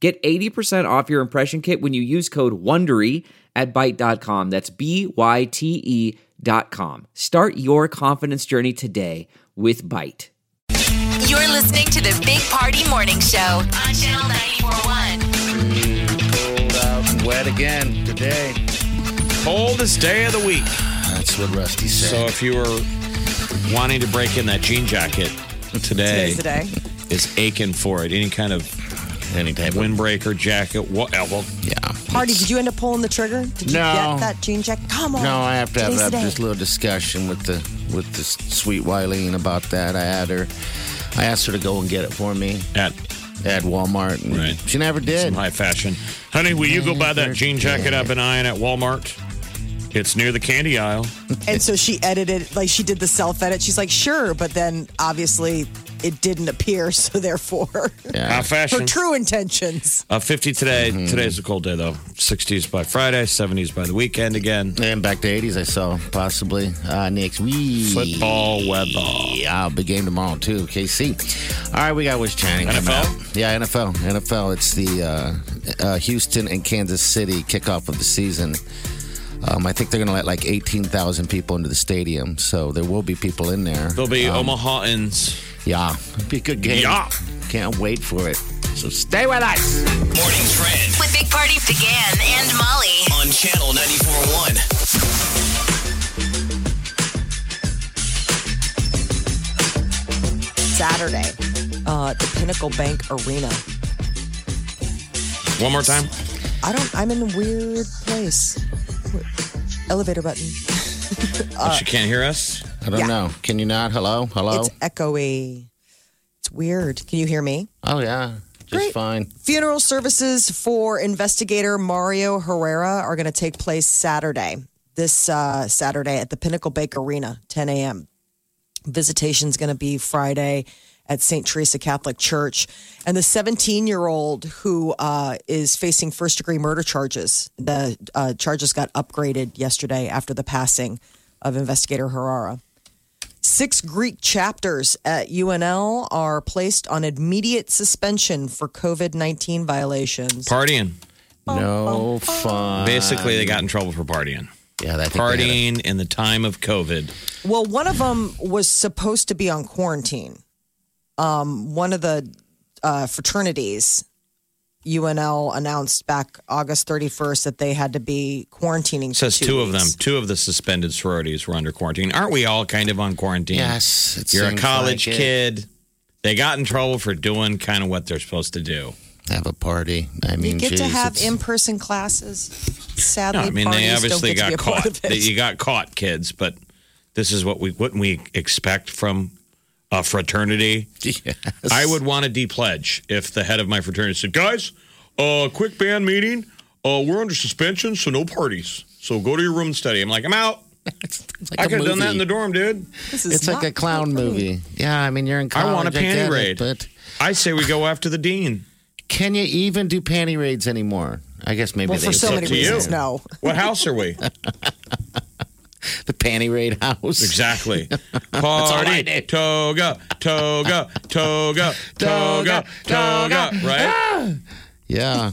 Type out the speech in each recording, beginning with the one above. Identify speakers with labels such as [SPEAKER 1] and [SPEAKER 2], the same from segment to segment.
[SPEAKER 1] Get 80% off your impression kit when you use code WONDERY at Byte.com. That's b y t e dot com. Start your confidence journey today with Byte.
[SPEAKER 2] You're listening to the Big Party Morning Show on Channel 941.
[SPEAKER 3] Cold Mm. out, wet again today.
[SPEAKER 4] Coldest day of the week.
[SPEAKER 3] That's what Rusty said.
[SPEAKER 4] So if you were wanting to break in that jean jacket today,
[SPEAKER 5] Today's the day.
[SPEAKER 4] is aching for it. Any kind of
[SPEAKER 3] Any type of
[SPEAKER 4] windbreaker jacket. What? uh, Well,
[SPEAKER 3] yeah.
[SPEAKER 5] Party, did you end up pulling the trigger? Did you
[SPEAKER 3] No.
[SPEAKER 5] get that jean check? Come on.
[SPEAKER 3] No, I have to have
[SPEAKER 5] Today's
[SPEAKER 3] that,
[SPEAKER 5] the day.
[SPEAKER 3] this little discussion with the with the sweet Wileen about that. I had her, I asked her to go and get it for me
[SPEAKER 4] at
[SPEAKER 3] at Walmart, and
[SPEAKER 4] Right.
[SPEAKER 3] she never did.
[SPEAKER 4] some high fashion. Honey, will you go buy that jean jacket I've been eyeing at Walmart? It's near the candy aisle.
[SPEAKER 5] And so she edited, like she did the self edit. She's like, sure, but then obviously it didn't appear. So therefore,
[SPEAKER 4] High
[SPEAKER 5] her
[SPEAKER 4] fashion.
[SPEAKER 5] true intentions.
[SPEAKER 4] Uh, 50 today.
[SPEAKER 3] Mm-hmm.
[SPEAKER 4] Today's a cold day, though. 60s by Friday, 70s by the weekend again.
[SPEAKER 3] And back to 80s, I saw possibly uh, next week.
[SPEAKER 4] Football weather.
[SPEAKER 3] Yeah, big game tomorrow too, KC. All right, we got Wish Channing. coming
[SPEAKER 4] NFL?
[SPEAKER 3] up. Yeah, NFL. NFL. It's the uh, uh, Houston and Kansas City kickoff of the season. Um, I think they're going to let like 18,000 people into the stadium, so there will be people in there.
[SPEAKER 4] There'll be Omahans.
[SPEAKER 3] Yeah, it'll be a good game.
[SPEAKER 4] Yeah.
[SPEAKER 3] Can't wait for it. So stay with us.
[SPEAKER 6] Morning Trend
[SPEAKER 2] With Big Party began and Molly.
[SPEAKER 6] on Channel 941.
[SPEAKER 5] Saturday, uh, the Pinnacle Bank Arena.
[SPEAKER 4] One more time.
[SPEAKER 5] I don't. I'm in a weird place. Elevator button. Uh,
[SPEAKER 4] she can't hear us.
[SPEAKER 3] I don't
[SPEAKER 5] Yeah.
[SPEAKER 3] know. Can you not? Hello? Hello?
[SPEAKER 5] It's echoey. It's weird. Can you hear me?
[SPEAKER 3] oh, yeah. Just
[SPEAKER 5] Great.
[SPEAKER 3] fine.
[SPEAKER 5] Funeral services for investigator Mario Herrera are going to take place Saturday. This uh, Saturday at the Pinnacle Bank Arena, 10 a.m. Visitation's going to be Friday at St. Teresa Catholic Church. And the 17 year old who uh, is facing first degree murder charges, the uh, charges got upgraded yesterday after the passing of investigator Herrera. Six Greek chapters at UNL are placed on immediate suspension for COVID 19 violations.
[SPEAKER 4] Partying.
[SPEAKER 3] No fun.
[SPEAKER 4] Basically, they got in trouble for partying.
[SPEAKER 3] Yeah, I think they had it.
[SPEAKER 4] Partying in the time of COVID.
[SPEAKER 5] Well, one of them was supposed to be on quarantine. Um, one of the uh, fraternities, UNL, announced back August 31st that they had to be quarantining.
[SPEAKER 4] It says
[SPEAKER 5] for
[SPEAKER 4] two,
[SPEAKER 5] two
[SPEAKER 4] of them,
[SPEAKER 5] weeks.
[SPEAKER 4] two of the suspended sororities were under quarantine. Aren't we all kind of on quarantine?
[SPEAKER 3] Yes. it
[SPEAKER 4] You're a
[SPEAKER 3] seems
[SPEAKER 4] college
[SPEAKER 3] like it.
[SPEAKER 4] kid. They got in trouble for doing kind of what they're supposed to do.
[SPEAKER 3] Have a party. I mean,
[SPEAKER 5] You get to
[SPEAKER 3] geez,
[SPEAKER 5] have
[SPEAKER 3] it's-
[SPEAKER 5] in-person classes. Sadly,
[SPEAKER 4] Mm, No, I mean,
[SPEAKER 5] parties
[SPEAKER 4] they obviously
[SPEAKER 5] don't
[SPEAKER 4] got
[SPEAKER 5] get to be a part
[SPEAKER 4] caught.
[SPEAKER 5] of it.
[SPEAKER 4] They- You got caught, kids, but this is what we wouldn't we expect from a fraternity.
[SPEAKER 3] Yes.
[SPEAKER 4] I would want to depledge if the head of my fraternity said, "Guys, uh, quick band meeting. Uh, we're under suspension, so no parties. So go to your room and study." I'm like, "I'm out.
[SPEAKER 3] It's like
[SPEAKER 4] I
[SPEAKER 3] a
[SPEAKER 4] could have done that in the
[SPEAKER 3] movie.
[SPEAKER 4] dorm, dude.
[SPEAKER 5] This is
[SPEAKER 3] It's like a
[SPEAKER 5] not-
[SPEAKER 3] clown movie. Yeah, I mean, you're in college.
[SPEAKER 4] I want a panty
[SPEAKER 3] get it,
[SPEAKER 4] raid.
[SPEAKER 3] but
[SPEAKER 4] I say we go after the dean.
[SPEAKER 3] can you even do panty raids anymore? I guess maybe
[SPEAKER 5] Well,
[SPEAKER 3] they
[SPEAKER 5] for so
[SPEAKER 3] do.
[SPEAKER 5] many
[SPEAKER 4] to you.
[SPEAKER 5] reasons, no.
[SPEAKER 4] What house are we?
[SPEAKER 3] the panty raid house.
[SPEAKER 4] Exactly.
[SPEAKER 3] all I
[SPEAKER 4] Party,
[SPEAKER 3] do.
[SPEAKER 4] toga, toga, toga, toga, toga. Right?
[SPEAKER 3] Yeah.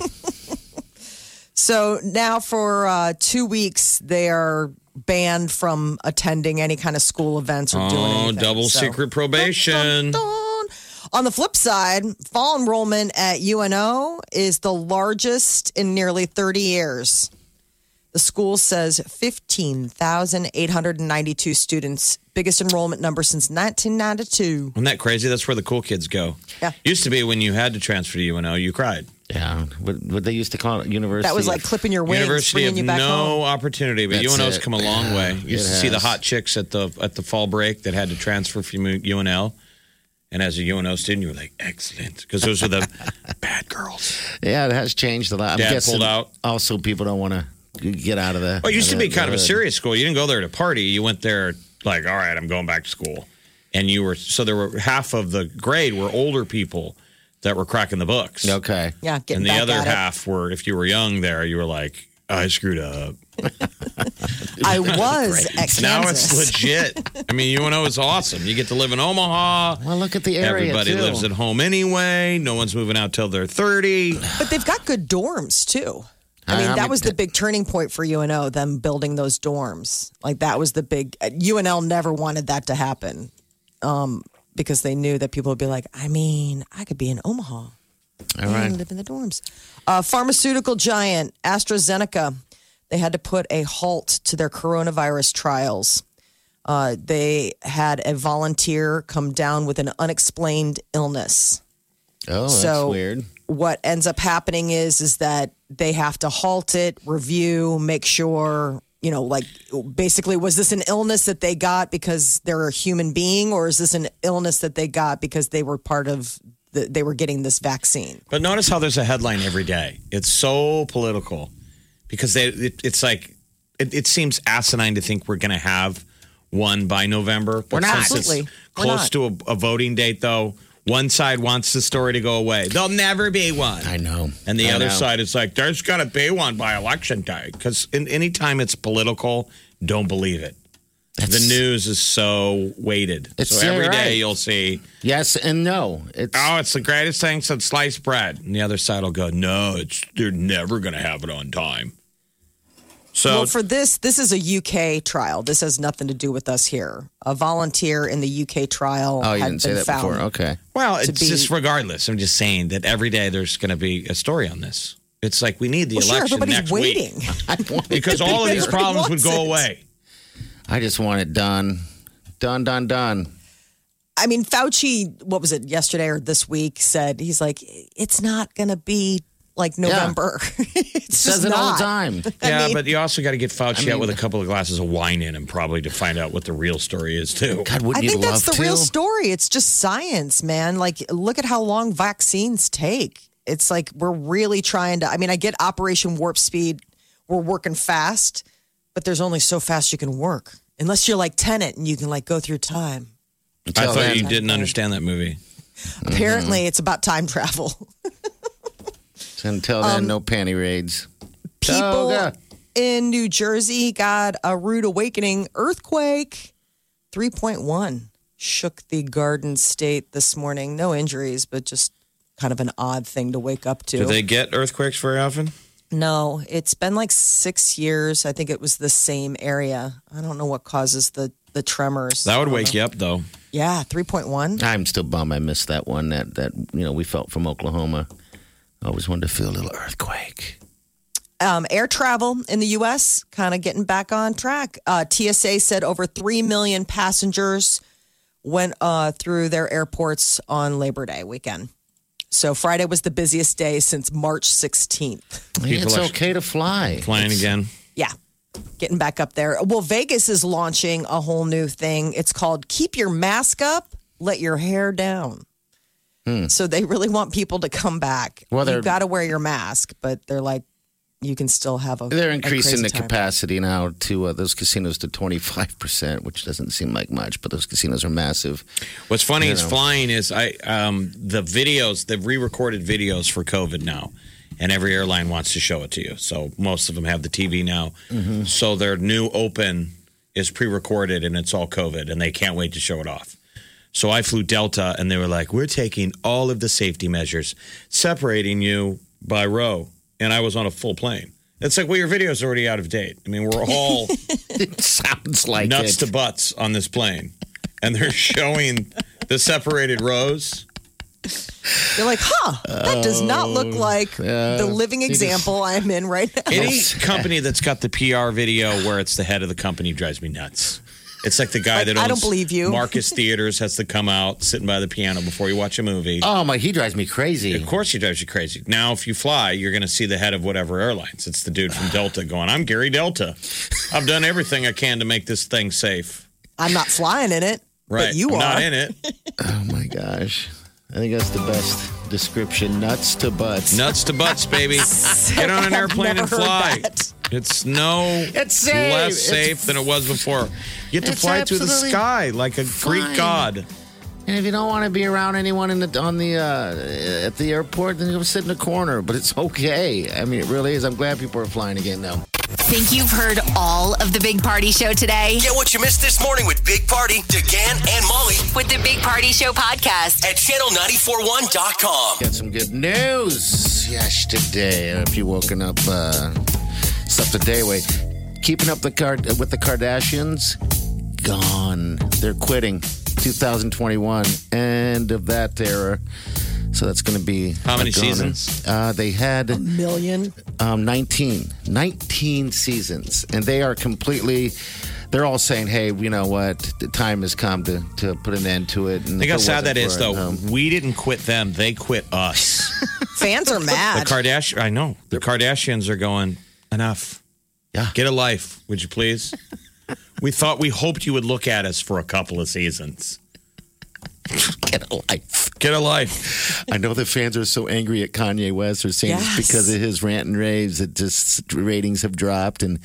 [SPEAKER 5] So now for uh, two weeks, they are banned from attending any kind of school events or doing
[SPEAKER 4] Oh,
[SPEAKER 5] anything.
[SPEAKER 4] double
[SPEAKER 5] So-
[SPEAKER 4] secret probation.
[SPEAKER 5] Dun. On the flip side, fall enrollment at UNO is the largest in nearly 30 years. The school says 15,892 students, biggest enrollment number since 1992.
[SPEAKER 4] Isn't that crazy? That's where the cool kids go.
[SPEAKER 5] Yeah.
[SPEAKER 4] Used to be when you had to transfer to UNO, you cried.
[SPEAKER 3] Yeah. What, what they used to call it, university.
[SPEAKER 5] That was like
[SPEAKER 3] of-
[SPEAKER 5] clipping your wings,
[SPEAKER 4] University of
[SPEAKER 5] bringing you back
[SPEAKER 4] no
[SPEAKER 5] home.
[SPEAKER 4] opportunity, but
[SPEAKER 3] That's
[SPEAKER 4] UNO's
[SPEAKER 3] it.
[SPEAKER 4] come a long
[SPEAKER 3] Yeah,
[SPEAKER 4] way. You used
[SPEAKER 3] it
[SPEAKER 4] to see the
[SPEAKER 3] has.
[SPEAKER 4] hot chicks at the at the fall break that had to transfer from UNL. And as a UNO student, you were like, excellent. Because those were the bad girls.
[SPEAKER 3] Yeah, it has changed a lot. I'm
[SPEAKER 4] Dad
[SPEAKER 3] guessing
[SPEAKER 4] pulled out.
[SPEAKER 3] Also, people don't want to get out of the.
[SPEAKER 4] Well, it used to
[SPEAKER 3] of
[SPEAKER 4] be
[SPEAKER 3] the
[SPEAKER 4] kind of a
[SPEAKER 3] hood.
[SPEAKER 4] serious school. You didn't go there to party. You went there like, all right, I'm going back to school. And you were so there were half of the grade were older people that were cracking the books.
[SPEAKER 3] Okay.
[SPEAKER 5] Yeah, getting
[SPEAKER 4] And the
[SPEAKER 5] back
[SPEAKER 4] other
[SPEAKER 5] at
[SPEAKER 4] half were if you were young there, you were like, I screwed up.
[SPEAKER 5] it. I was at Kansas.
[SPEAKER 4] Now it's legit. I mean, UNO is awesome. You get to live in Omaha.
[SPEAKER 3] Well, look at the area.
[SPEAKER 4] Everybody
[SPEAKER 3] too.
[SPEAKER 4] lives at home anyway. No one's moving out till they're 30.
[SPEAKER 5] But they've got good dorms too. I
[SPEAKER 3] Uh,
[SPEAKER 5] mean,
[SPEAKER 3] how
[SPEAKER 5] that
[SPEAKER 3] many
[SPEAKER 5] was the big turning point for UNO, them building those dorms. Like that was the big UNL never wanted that to happen. Um, because they knew that people would be like, I mean, I could be in Omaha
[SPEAKER 3] All right.
[SPEAKER 5] and live in the dorms. Uh, pharmaceutical giant AstraZeneca, they had to put a halt to their coronavirus trials. Uh, they had a volunteer come down with an unexplained illness
[SPEAKER 3] Oh, that's
[SPEAKER 5] so
[SPEAKER 3] weird.
[SPEAKER 5] what ends up happening is is that they have to halt it review make sure you know like basically was this an illness that they got because they're a human being or is this an illness that they got because they were part of the, they were getting this vaccine
[SPEAKER 4] But notice how there's a headline every day. It's so political because they, it, it's like it, it seems asinine to think we're going to have one by November. But
[SPEAKER 5] We're
[SPEAKER 4] since
[SPEAKER 5] not.
[SPEAKER 4] it's
[SPEAKER 5] Absolutely. We're
[SPEAKER 4] close
[SPEAKER 5] not.
[SPEAKER 4] to a, a voting date, though, one side wants the story to go away. There'll never be one.
[SPEAKER 3] I know.
[SPEAKER 4] And the
[SPEAKER 3] I
[SPEAKER 4] other
[SPEAKER 3] know.
[SPEAKER 4] side is like, there's got to be one by election day. Because in, anytime it's political, don't believe it. the news is so weighted.
[SPEAKER 3] It's
[SPEAKER 4] so every
[SPEAKER 3] so
[SPEAKER 4] day
[SPEAKER 3] right.
[SPEAKER 4] you'll see,
[SPEAKER 3] Yes and no. It's
[SPEAKER 4] oh, it's the greatest thing since sliced bread. And the other side will go, no, it's they're never going to have it on time. So
[SPEAKER 5] well for this this is a uk trial this has nothing to do with us here a volunteer in the uk trial
[SPEAKER 3] oh, you
[SPEAKER 5] had
[SPEAKER 3] didn't say
[SPEAKER 5] been
[SPEAKER 3] that
[SPEAKER 5] found
[SPEAKER 3] before. Okay.
[SPEAKER 4] Well, it's
[SPEAKER 5] be-
[SPEAKER 4] just regardless. I'm just saying that every day there's going to be a story on this. It's like we need the
[SPEAKER 5] well, sure
[SPEAKER 4] election
[SPEAKER 5] everybody's
[SPEAKER 4] next
[SPEAKER 5] waiting
[SPEAKER 4] week because all of these
[SPEAKER 5] Everybody
[SPEAKER 4] problems would
[SPEAKER 5] wants
[SPEAKER 4] go
[SPEAKER 5] it.
[SPEAKER 4] away.
[SPEAKER 3] I just want it done, done, done, done.
[SPEAKER 5] I mean, Fauci, what was it yesterday or this week? Said he's like, it's not going to be like November. it's
[SPEAKER 3] Says
[SPEAKER 5] just
[SPEAKER 3] it
[SPEAKER 5] not.
[SPEAKER 3] all the time.
[SPEAKER 4] yeah, but you also got to get Fauci out with a couple of glasses of wine in him probably to find out what the real story is too.
[SPEAKER 3] God, wouldn't
[SPEAKER 5] I
[SPEAKER 3] you
[SPEAKER 5] think
[SPEAKER 3] love
[SPEAKER 5] that's the
[SPEAKER 3] to?
[SPEAKER 5] real story. It's just science, man. Like, look at how long vaccines take. It's like we're really trying to. I mean, I get Operation Warp Speed. We're working fast, but there's only so fast you can work, unless you're like Tenant and you can like go through time.
[SPEAKER 4] I
[SPEAKER 3] Until
[SPEAKER 4] thought
[SPEAKER 3] then.
[SPEAKER 4] you didn't understand that movie.
[SPEAKER 3] Mm-hmm.
[SPEAKER 5] Apparently, it's about time travel.
[SPEAKER 3] Until
[SPEAKER 5] um,
[SPEAKER 3] then, no panty raids.
[SPEAKER 4] Oh,
[SPEAKER 5] people
[SPEAKER 3] Toga.
[SPEAKER 5] in New Jersey got a rude awakening earthquake. 3.1 shook the Garden State this morning. No injuries, but just kind of an odd thing to wake up to.
[SPEAKER 4] Do they get earthquakes very often?
[SPEAKER 5] no, it's been like six years. I think it was the same area. I don't know what causes the, the tremors.
[SPEAKER 4] That would wake you up though.
[SPEAKER 5] yeah, 3.1.
[SPEAKER 3] I'm still bummed I missed that one that that you know we felt from Oklahoma. I always wanted to feel a little earthquake.
[SPEAKER 5] um, air travel in the U.S. kind of getting back on track. Uh, TSA said over three million passengers went uh, through their airports on Labor Day weekend. So Friday was the busiest day since March 16th.
[SPEAKER 3] I mean,
[SPEAKER 4] People
[SPEAKER 3] it's
[SPEAKER 4] are-
[SPEAKER 3] okay to fly.
[SPEAKER 4] Flying again.
[SPEAKER 5] Yeah, getting back up there. Well, Vegas is launching a whole new thing. It's called "Keep Your Mask Up, Let Your Hair Down." So they really want people to come back.
[SPEAKER 3] Hmm. Well, they're-
[SPEAKER 5] you got to wear your mask, but they're like, you can still have a.
[SPEAKER 3] They're
[SPEAKER 5] a
[SPEAKER 3] increasing
[SPEAKER 5] crazy
[SPEAKER 3] the
[SPEAKER 5] time.
[SPEAKER 3] capacity now to uh, those casinos to 25%, which doesn't seem like much, but those casinos are massive.
[SPEAKER 4] What's funny is
[SPEAKER 3] know.
[SPEAKER 4] flying is I um, the videos the re-recorded videos for COVID now, and every airline wants to show it to you. So most of them have the TV now. So their new open is pre-recorded and it's all COVID, and they can't wait to show it off. So I flew Delta, and they were like, "We're taking all of the safety measures, separating you by row," and I was on a full plane. It's like, well, your video's already out of date. I mean, we're all
[SPEAKER 3] It sounds like
[SPEAKER 4] nuts
[SPEAKER 3] it.
[SPEAKER 4] to butts on this plane, and they're showing the separated rows.
[SPEAKER 5] You're like, huh, that does not look like the living
[SPEAKER 3] You just-
[SPEAKER 5] example I'm in right now.
[SPEAKER 4] Any company that's got the PR video where it's the head of the company drives me nuts. It's like the guy that owns
[SPEAKER 5] I don't believe you.
[SPEAKER 4] Marcus Theaters has to come out sitting by the piano before you watch a movie.
[SPEAKER 3] Oh, my, he drives me crazy.
[SPEAKER 4] Of course, he drives you crazy. Now, if you fly, you're going to see the head of whatever airlines. It's the dude from Delta going, I'm Gary Delta. I've done everything I can to make this thing safe.
[SPEAKER 5] I'm not flying in it,
[SPEAKER 4] Right.
[SPEAKER 5] but you
[SPEAKER 4] I'm
[SPEAKER 5] are.
[SPEAKER 4] not in it.
[SPEAKER 3] Oh, my gosh. I think that's the best. description nuts to butts.
[SPEAKER 4] Nuts to butts, baby. Get on an
[SPEAKER 5] I've
[SPEAKER 4] airplane
[SPEAKER 5] never
[SPEAKER 4] and fly.
[SPEAKER 5] heard that.
[SPEAKER 4] It's no
[SPEAKER 3] It's safe.
[SPEAKER 4] less
[SPEAKER 3] It's-
[SPEAKER 4] safe than it was before. You have to
[SPEAKER 3] It's
[SPEAKER 4] fly through the
[SPEAKER 3] absolutely
[SPEAKER 4] sky like a Greek
[SPEAKER 3] fine.
[SPEAKER 4] god.
[SPEAKER 3] And if you don't want to be around anyone in the on the uh, at the airport, then you go sit in the corner. But it's okay. I mean, it really is. I'm glad people are flying again now.
[SPEAKER 2] Think you've heard all of the Big Party Show today?
[SPEAKER 6] Get what you missed this morning with Big Party, DeGan, and Molly
[SPEAKER 2] With the Big Party Show podcast.
[SPEAKER 6] at channel941.com.
[SPEAKER 3] Got some good news yesterday. And If you woken up, uh, it's up the day way. Keeping up the card uh, with the Kardashians, gone. They're quitting. 2021, end of that era. So that's going to be
[SPEAKER 4] How
[SPEAKER 3] a
[SPEAKER 4] many
[SPEAKER 3] goner.
[SPEAKER 4] seasons?
[SPEAKER 3] Uh, they had
[SPEAKER 5] Million.
[SPEAKER 3] um, 19 19 seasons and they are completely they're all saying hey you know what the time has come to, to put an end to it and
[SPEAKER 4] Think how
[SPEAKER 3] if it
[SPEAKER 4] sad that
[SPEAKER 3] wasn't
[SPEAKER 4] is,
[SPEAKER 3] for it,
[SPEAKER 4] though.
[SPEAKER 3] um,
[SPEAKER 4] We didn't quit them; they quit us.
[SPEAKER 5] Fans are
[SPEAKER 4] The
[SPEAKER 5] mad.
[SPEAKER 4] Kardashian, I know the Kardashians are going enough.
[SPEAKER 3] Yeah.
[SPEAKER 4] get a life, would you please? we thought we hoped you would look at us for a couple of seasons.
[SPEAKER 3] get a life
[SPEAKER 4] Get a life.
[SPEAKER 3] i know the fans are so angry at kanye west for saying
[SPEAKER 5] Yes.
[SPEAKER 3] it's because of his rant and raves that just ratings have dropped and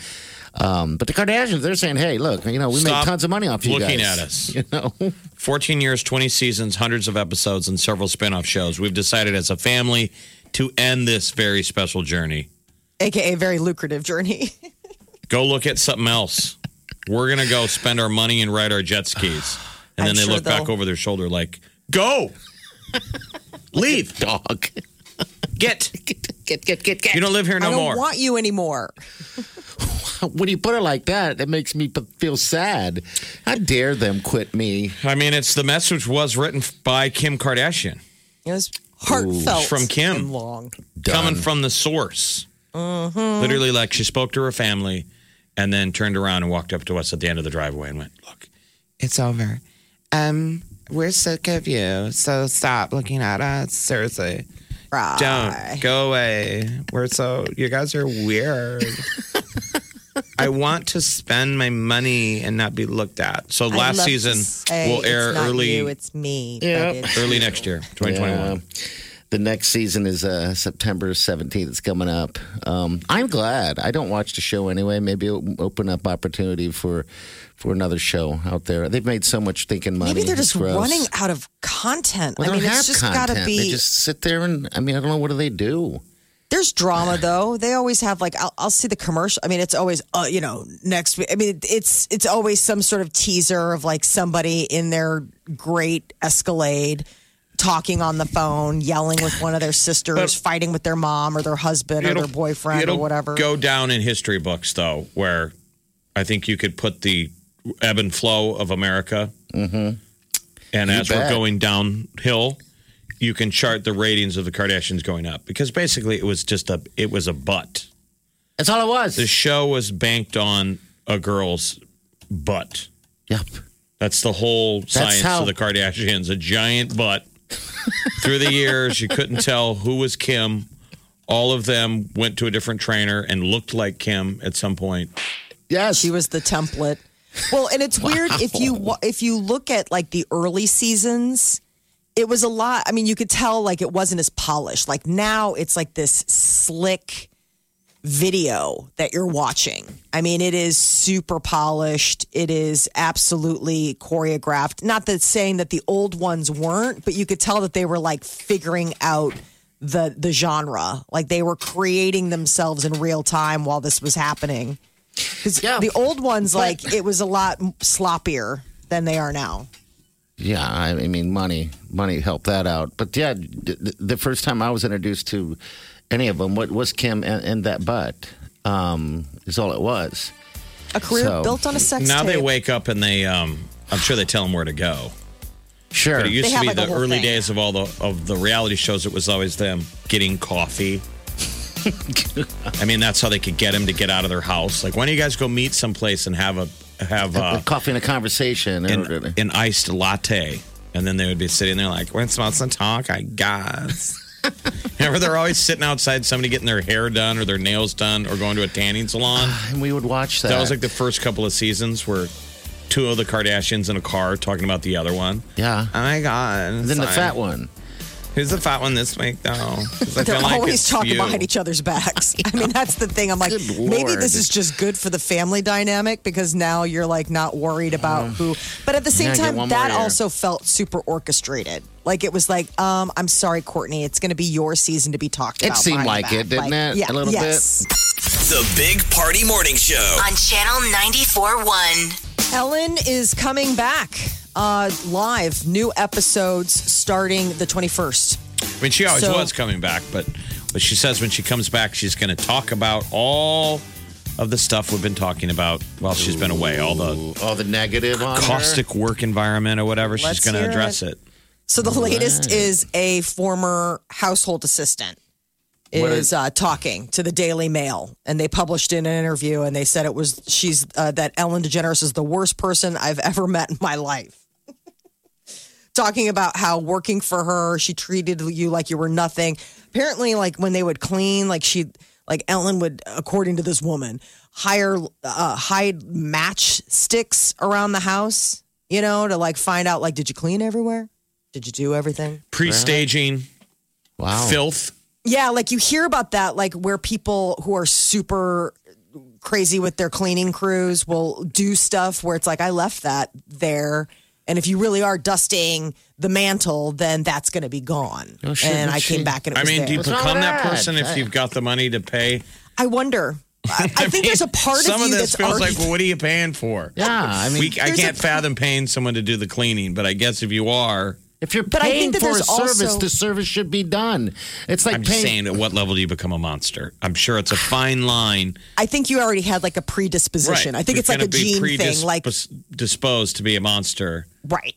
[SPEAKER 3] um, but the kardashians they're saying hey look you know we
[SPEAKER 4] Stop
[SPEAKER 3] made tons of money off you
[SPEAKER 4] looking
[SPEAKER 3] guys
[SPEAKER 4] at us.
[SPEAKER 3] you know
[SPEAKER 4] 14 years, 20 seasons, hundreds of episodes, and several spin off shows. We've decided as a family to end this very special journey.
[SPEAKER 5] AKA very lucrative journey.
[SPEAKER 4] Go look at something else. We're going to go spend our money and ride our jet skis. And then
[SPEAKER 5] I'm
[SPEAKER 4] they
[SPEAKER 5] sure
[SPEAKER 4] look back
[SPEAKER 5] they'll-
[SPEAKER 4] over their shoulder like, go, leave,
[SPEAKER 3] dog
[SPEAKER 4] get.
[SPEAKER 3] get get get get
[SPEAKER 4] You don't live here no
[SPEAKER 5] I don't
[SPEAKER 4] more.
[SPEAKER 5] want you anymore.
[SPEAKER 3] when you put it like that that makes me feel sad how dare them quit me
[SPEAKER 4] I mean, it's the message was written by Kim Kardashian,
[SPEAKER 5] It was heartfelt.
[SPEAKER 4] It's from Kim.
[SPEAKER 5] and long.
[SPEAKER 4] coming from the source.
[SPEAKER 5] Mm-hmm.
[SPEAKER 4] Literally, like she spoke to her family and then turned around and walked up to us at the end of the driveway and went, look,
[SPEAKER 7] it's over. Um, we're sick of you, so stop looking at us. Seriously,
[SPEAKER 5] Right.
[SPEAKER 7] don't go away. We're so you guys are weird. I want to spend my money and not be looked at.
[SPEAKER 4] So
[SPEAKER 5] I'd
[SPEAKER 4] last
[SPEAKER 5] love to
[SPEAKER 4] season
[SPEAKER 5] say
[SPEAKER 4] will air
[SPEAKER 5] it's not
[SPEAKER 4] early
[SPEAKER 5] You, it's me. but
[SPEAKER 3] Yeah.
[SPEAKER 5] it's-
[SPEAKER 4] early next year, 2021.
[SPEAKER 3] Yeah. Uh, The next season is uh, September 17th. It's coming up. Um, I'm glad. I don't watch the show anyway. Maybe it'll open up opportunity for for another show out there. They've made so much thinking money.
[SPEAKER 5] Maybe they're
[SPEAKER 3] It's
[SPEAKER 5] just
[SPEAKER 3] gross.
[SPEAKER 5] running out of content.
[SPEAKER 3] Well,
[SPEAKER 5] I
[SPEAKER 3] they
[SPEAKER 5] mean,
[SPEAKER 3] don't
[SPEAKER 5] it's
[SPEAKER 3] have
[SPEAKER 5] just
[SPEAKER 3] content.
[SPEAKER 5] got to be.
[SPEAKER 3] They just sit there and, I mean, I don't know, what do they do?
[SPEAKER 5] There's drama though. They always have like I'll, I'll see the commercial. I mean, it's always uh, you know next. week. I mean, it's it's always some sort of teaser of like somebody in their great Escalade talking on the phone, yelling with one of their sisters, fighting with their mom or their husband or their boyfriend or
[SPEAKER 4] it'll
[SPEAKER 5] whatever.
[SPEAKER 4] Go down in history books though, where I think you could put the ebb and flow of America. Mm-hmm. And as
[SPEAKER 3] bet.
[SPEAKER 4] we're going downhill, you can chart the ratings of the Kardashians going up because basically it was just a it was a butt.
[SPEAKER 3] That's all it was.
[SPEAKER 4] The show was banked on a girl's butt.
[SPEAKER 3] yep.
[SPEAKER 4] That's the whole science
[SPEAKER 3] how-
[SPEAKER 4] of the Kardashians. A giant butt. Through the years, you couldn't tell who was Kim. All of them went to a different trainer and looked like Kim at some point.
[SPEAKER 3] Yes.
[SPEAKER 5] She was the template. Well, and it's weird if you wa- if you look at like the early seasons, it was a lot. I mean, you could tell like it wasn't as polished. Like now, it's like this slick video that you're watching. I mean, it is super polished. It is absolutely choreographed. Not that saying that the old ones weren't, but you could tell that they were like figuring out the the genre. Like they were creating themselves in real time while this was happening. Because
[SPEAKER 3] Yeah.
[SPEAKER 5] the old ones, like it was a lot sloppier than they are now.
[SPEAKER 3] Yeah, I I mean, money, money helped that out. But yeah, the, the first time I was introduced to any of them what was Kim and, and that butt um, is all it was.
[SPEAKER 5] A career
[SPEAKER 3] So-
[SPEAKER 5] built on a sex
[SPEAKER 4] now they
[SPEAKER 5] tape.
[SPEAKER 4] wake up and they, um, I'm sure they tell them where to go.
[SPEAKER 3] Sure.
[SPEAKER 4] But it used
[SPEAKER 5] They
[SPEAKER 4] to
[SPEAKER 5] have
[SPEAKER 4] be
[SPEAKER 5] like a
[SPEAKER 4] the
[SPEAKER 5] whole
[SPEAKER 4] early
[SPEAKER 5] thing.
[SPEAKER 4] days of all the of the reality shows. It was always them getting coffee. I mean, that's how they could get him to get out of their house. Like, why don't you guys go meet someplace and have a have uh,
[SPEAKER 3] A-
[SPEAKER 4] a,
[SPEAKER 3] a coffee and a conversation. or-
[SPEAKER 4] an, an iced latte. And then they would be sitting there like, we're supposed to talk, I guess. Remember, they're always sitting outside, somebody getting their hair done or their nails done or going to a tanning salon.
[SPEAKER 5] Ah,
[SPEAKER 3] and we would watch that.
[SPEAKER 4] That was like the first couple of seasons where two of the Kardashians in a car talking about the other one.
[SPEAKER 3] yeah.
[SPEAKER 7] Oh my god!
[SPEAKER 3] And then the
[SPEAKER 7] sorry.
[SPEAKER 3] fat one.
[SPEAKER 7] Who's the fat one this week, though? 'Cause I
[SPEAKER 5] They're
[SPEAKER 7] feel like
[SPEAKER 5] always
[SPEAKER 7] it's
[SPEAKER 5] talking
[SPEAKER 7] you.
[SPEAKER 5] behind each other's backs. I mean, that's the thing. I'm like,
[SPEAKER 3] Good
[SPEAKER 5] maybe
[SPEAKER 3] Lord.
[SPEAKER 5] this is just good for the family dynamic because now you're like not worried about who. But at the same
[SPEAKER 3] Uh, Yeah, get
[SPEAKER 5] time,
[SPEAKER 3] one more
[SPEAKER 5] that
[SPEAKER 3] year.
[SPEAKER 5] also felt super orchestrated. Like it was like, um, I'm sorry, Courtney, it's going to be your season to be talked
[SPEAKER 3] It
[SPEAKER 5] about.
[SPEAKER 3] seemed
[SPEAKER 5] behind
[SPEAKER 3] like
[SPEAKER 5] your
[SPEAKER 3] it,
[SPEAKER 5] back.
[SPEAKER 3] didn't it?
[SPEAKER 5] Yeah,
[SPEAKER 3] A little
[SPEAKER 5] yes. bit.
[SPEAKER 6] The Big Party Morning Show.
[SPEAKER 2] On Channel 94.1.
[SPEAKER 5] Ellen is coming back uh, live. New episodes starting the 21st.
[SPEAKER 4] I mean, she always
[SPEAKER 5] So-
[SPEAKER 4] was coming back, but what she says when she comes back, she's going to talk about all of the stuff we've been talking about while she's been away, all the
[SPEAKER 3] All the negative on her.
[SPEAKER 4] caustic work environment or whatever.
[SPEAKER 5] Let's
[SPEAKER 4] she's going to
[SPEAKER 5] hear
[SPEAKER 4] address it.
[SPEAKER 5] So the latest is a former household assistant
[SPEAKER 3] What
[SPEAKER 5] is
[SPEAKER 3] is-
[SPEAKER 5] uh, talking to the Daily Mail, and they published in an interview, and they said it was she's uh, that Ellen DeGeneres is the worst person I've ever met in my life. talking about how working for her, she treated you like you were nothing. Apparently, like when they would clean, like she, like Ellen would, according to this woman, hire uh, hide match sticks around the house, you know, to like find out like did you clean everywhere? Did you do everything?
[SPEAKER 4] Pre staging,
[SPEAKER 3] Wow.
[SPEAKER 4] filth.
[SPEAKER 5] Yeah, like you hear about that, like where people who are super crazy with their cleaning crews will do stuff where it's like, I left that there. And if you really are dusting the mantle, then that's going to be gone.
[SPEAKER 3] Oh, shit,
[SPEAKER 5] and
[SPEAKER 3] but
[SPEAKER 5] I
[SPEAKER 3] she-
[SPEAKER 5] came back and it
[SPEAKER 4] I
[SPEAKER 5] was
[SPEAKER 4] mean, do
[SPEAKER 5] there.
[SPEAKER 4] you
[SPEAKER 3] wrong
[SPEAKER 4] become
[SPEAKER 3] with
[SPEAKER 4] that
[SPEAKER 3] that?
[SPEAKER 4] person if
[SPEAKER 3] Hey.
[SPEAKER 4] you've got the money to pay?
[SPEAKER 5] I wonder. I, I think there's a part
[SPEAKER 4] Some
[SPEAKER 5] of you
[SPEAKER 4] this
[SPEAKER 5] that's
[SPEAKER 4] feels
[SPEAKER 5] already
[SPEAKER 4] like, well, what are you paying for?
[SPEAKER 3] Yeah, I mean,
[SPEAKER 4] We, I
[SPEAKER 5] There's
[SPEAKER 4] can't
[SPEAKER 5] a-
[SPEAKER 4] fathom paying someone to do the cleaning, but I guess if you are,
[SPEAKER 3] if you're
[SPEAKER 5] But I
[SPEAKER 3] paying
[SPEAKER 5] think that
[SPEAKER 3] for a
[SPEAKER 5] there's
[SPEAKER 3] service,
[SPEAKER 5] also-
[SPEAKER 3] the service should be done. It's like
[SPEAKER 4] I'm just
[SPEAKER 3] paying.
[SPEAKER 4] saying, at what level do you become a monster? I'm sure it's a fine line.
[SPEAKER 5] I think you already had like a predisposition. I think
[SPEAKER 4] You're
[SPEAKER 5] it's like
[SPEAKER 4] gonna
[SPEAKER 5] a
[SPEAKER 4] be
[SPEAKER 5] gene thing.
[SPEAKER 4] predis-
[SPEAKER 5] Like
[SPEAKER 4] disposed to be a monster.
[SPEAKER 5] Right.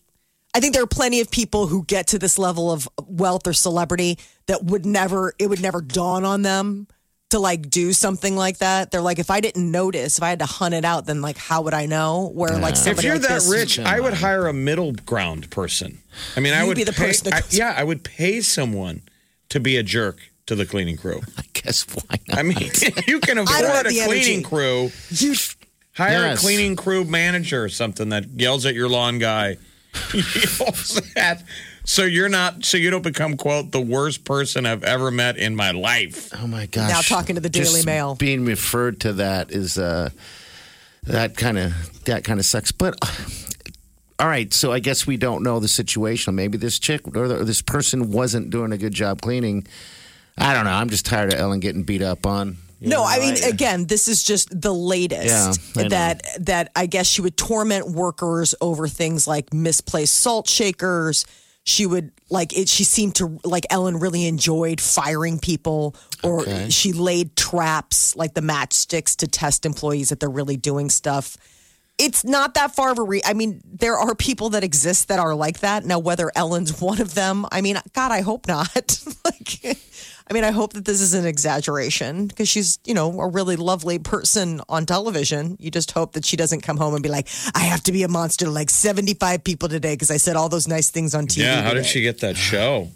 [SPEAKER 5] I think there are plenty of people who get to this level of wealth or celebrity that would never, it would never dawn on them to like do something like that. They're like, if I didn't notice, if I had to hunt it out, then like, how would I know? Where like
[SPEAKER 4] If
[SPEAKER 5] somebody
[SPEAKER 4] you're
[SPEAKER 5] like
[SPEAKER 4] that
[SPEAKER 5] this-
[SPEAKER 4] rich, I would hire a middle ground person. I mean, I
[SPEAKER 5] You'd
[SPEAKER 4] would
[SPEAKER 5] be the
[SPEAKER 4] pay-
[SPEAKER 5] person that
[SPEAKER 4] I-
[SPEAKER 5] goes-
[SPEAKER 4] yeah, I would pay someone to be a jerk to the cleaning crew.
[SPEAKER 3] I guess why not?
[SPEAKER 4] I mean, you can
[SPEAKER 5] don't have
[SPEAKER 4] afford a
[SPEAKER 5] the
[SPEAKER 4] cleaning
[SPEAKER 5] energy.
[SPEAKER 4] crew. hire
[SPEAKER 3] Yes.
[SPEAKER 4] a cleaning crew manager or something that yells at your lawn guy. yells at. So you're not. So you don't become quote the worst person I've ever met in my life.
[SPEAKER 3] oh my gosh!
[SPEAKER 5] Now talking to the Daily
[SPEAKER 3] Just
[SPEAKER 5] Mail.
[SPEAKER 3] being referred to that is uh, that kind of that kind of sucks. But uh, all right, so I guess we don't know the situation. Maybe this chick or th- or this person wasn't doing a good job cleaning. I don't know. I'm just tired of Ellen getting beat up on. You
[SPEAKER 5] No,
[SPEAKER 3] know,
[SPEAKER 5] I mean, again, this is just the latest
[SPEAKER 3] Yeah, I know.
[SPEAKER 5] that that I guess she would torment workers over things like misplaced salt shakers. She would like it. She seemed to like Ellen really enjoyed firing people, or
[SPEAKER 3] Okay.
[SPEAKER 5] she laid traps like the matchsticks to test employees that they're really doing stuff. It's not that far of a re. I mean, there are people that exist that are like that. Now, whether Ellen's one of them, I mean, God, I hope not. like, I mean, I hope that this is an exaggeration because she's, you know, a really lovely person on television. You just hope that she doesn't come home and be like, I have to be a monster to like 75 people today because I said all those nice things on TV.
[SPEAKER 4] Yeah, how did
[SPEAKER 5] today."
[SPEAKER 4] she get that show?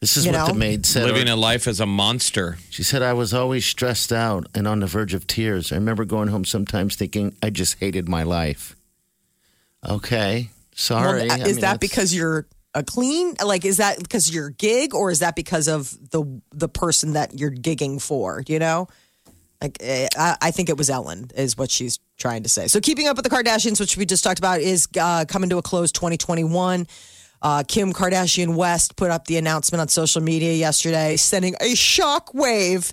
[SPEAKER 3] this is
[SPEAKER 5] you
[SPEAKER 3] what the
[SPEAKER 5] know?
[SPEAKER 3] maid said.
[SPEAKER 4] Living a life as a monster.
[SPEAKER 3] She said, I was always stressed out and on the verge of tears. I remember going home sometimes thinking I just hated my life. Okay.
[SPEAKER 5] Well,
[SPEAKER 3] Sorry. I mean,
[SPEAKER 5] is that
[SPEAKER 3] that's-
[SPEAKER 5] because you're a clean? Like, is that because of your gig, or is that because of the the person that you're gigging for? You know, like eh, I, I think it was Ellen is what she's trying to say. So, keeping up with the Kardashians, which we just talked about, is uh, coming to a close 2021. Uh, Kim Kardashian West put up the announcement on social media yesterday, sending a shockwave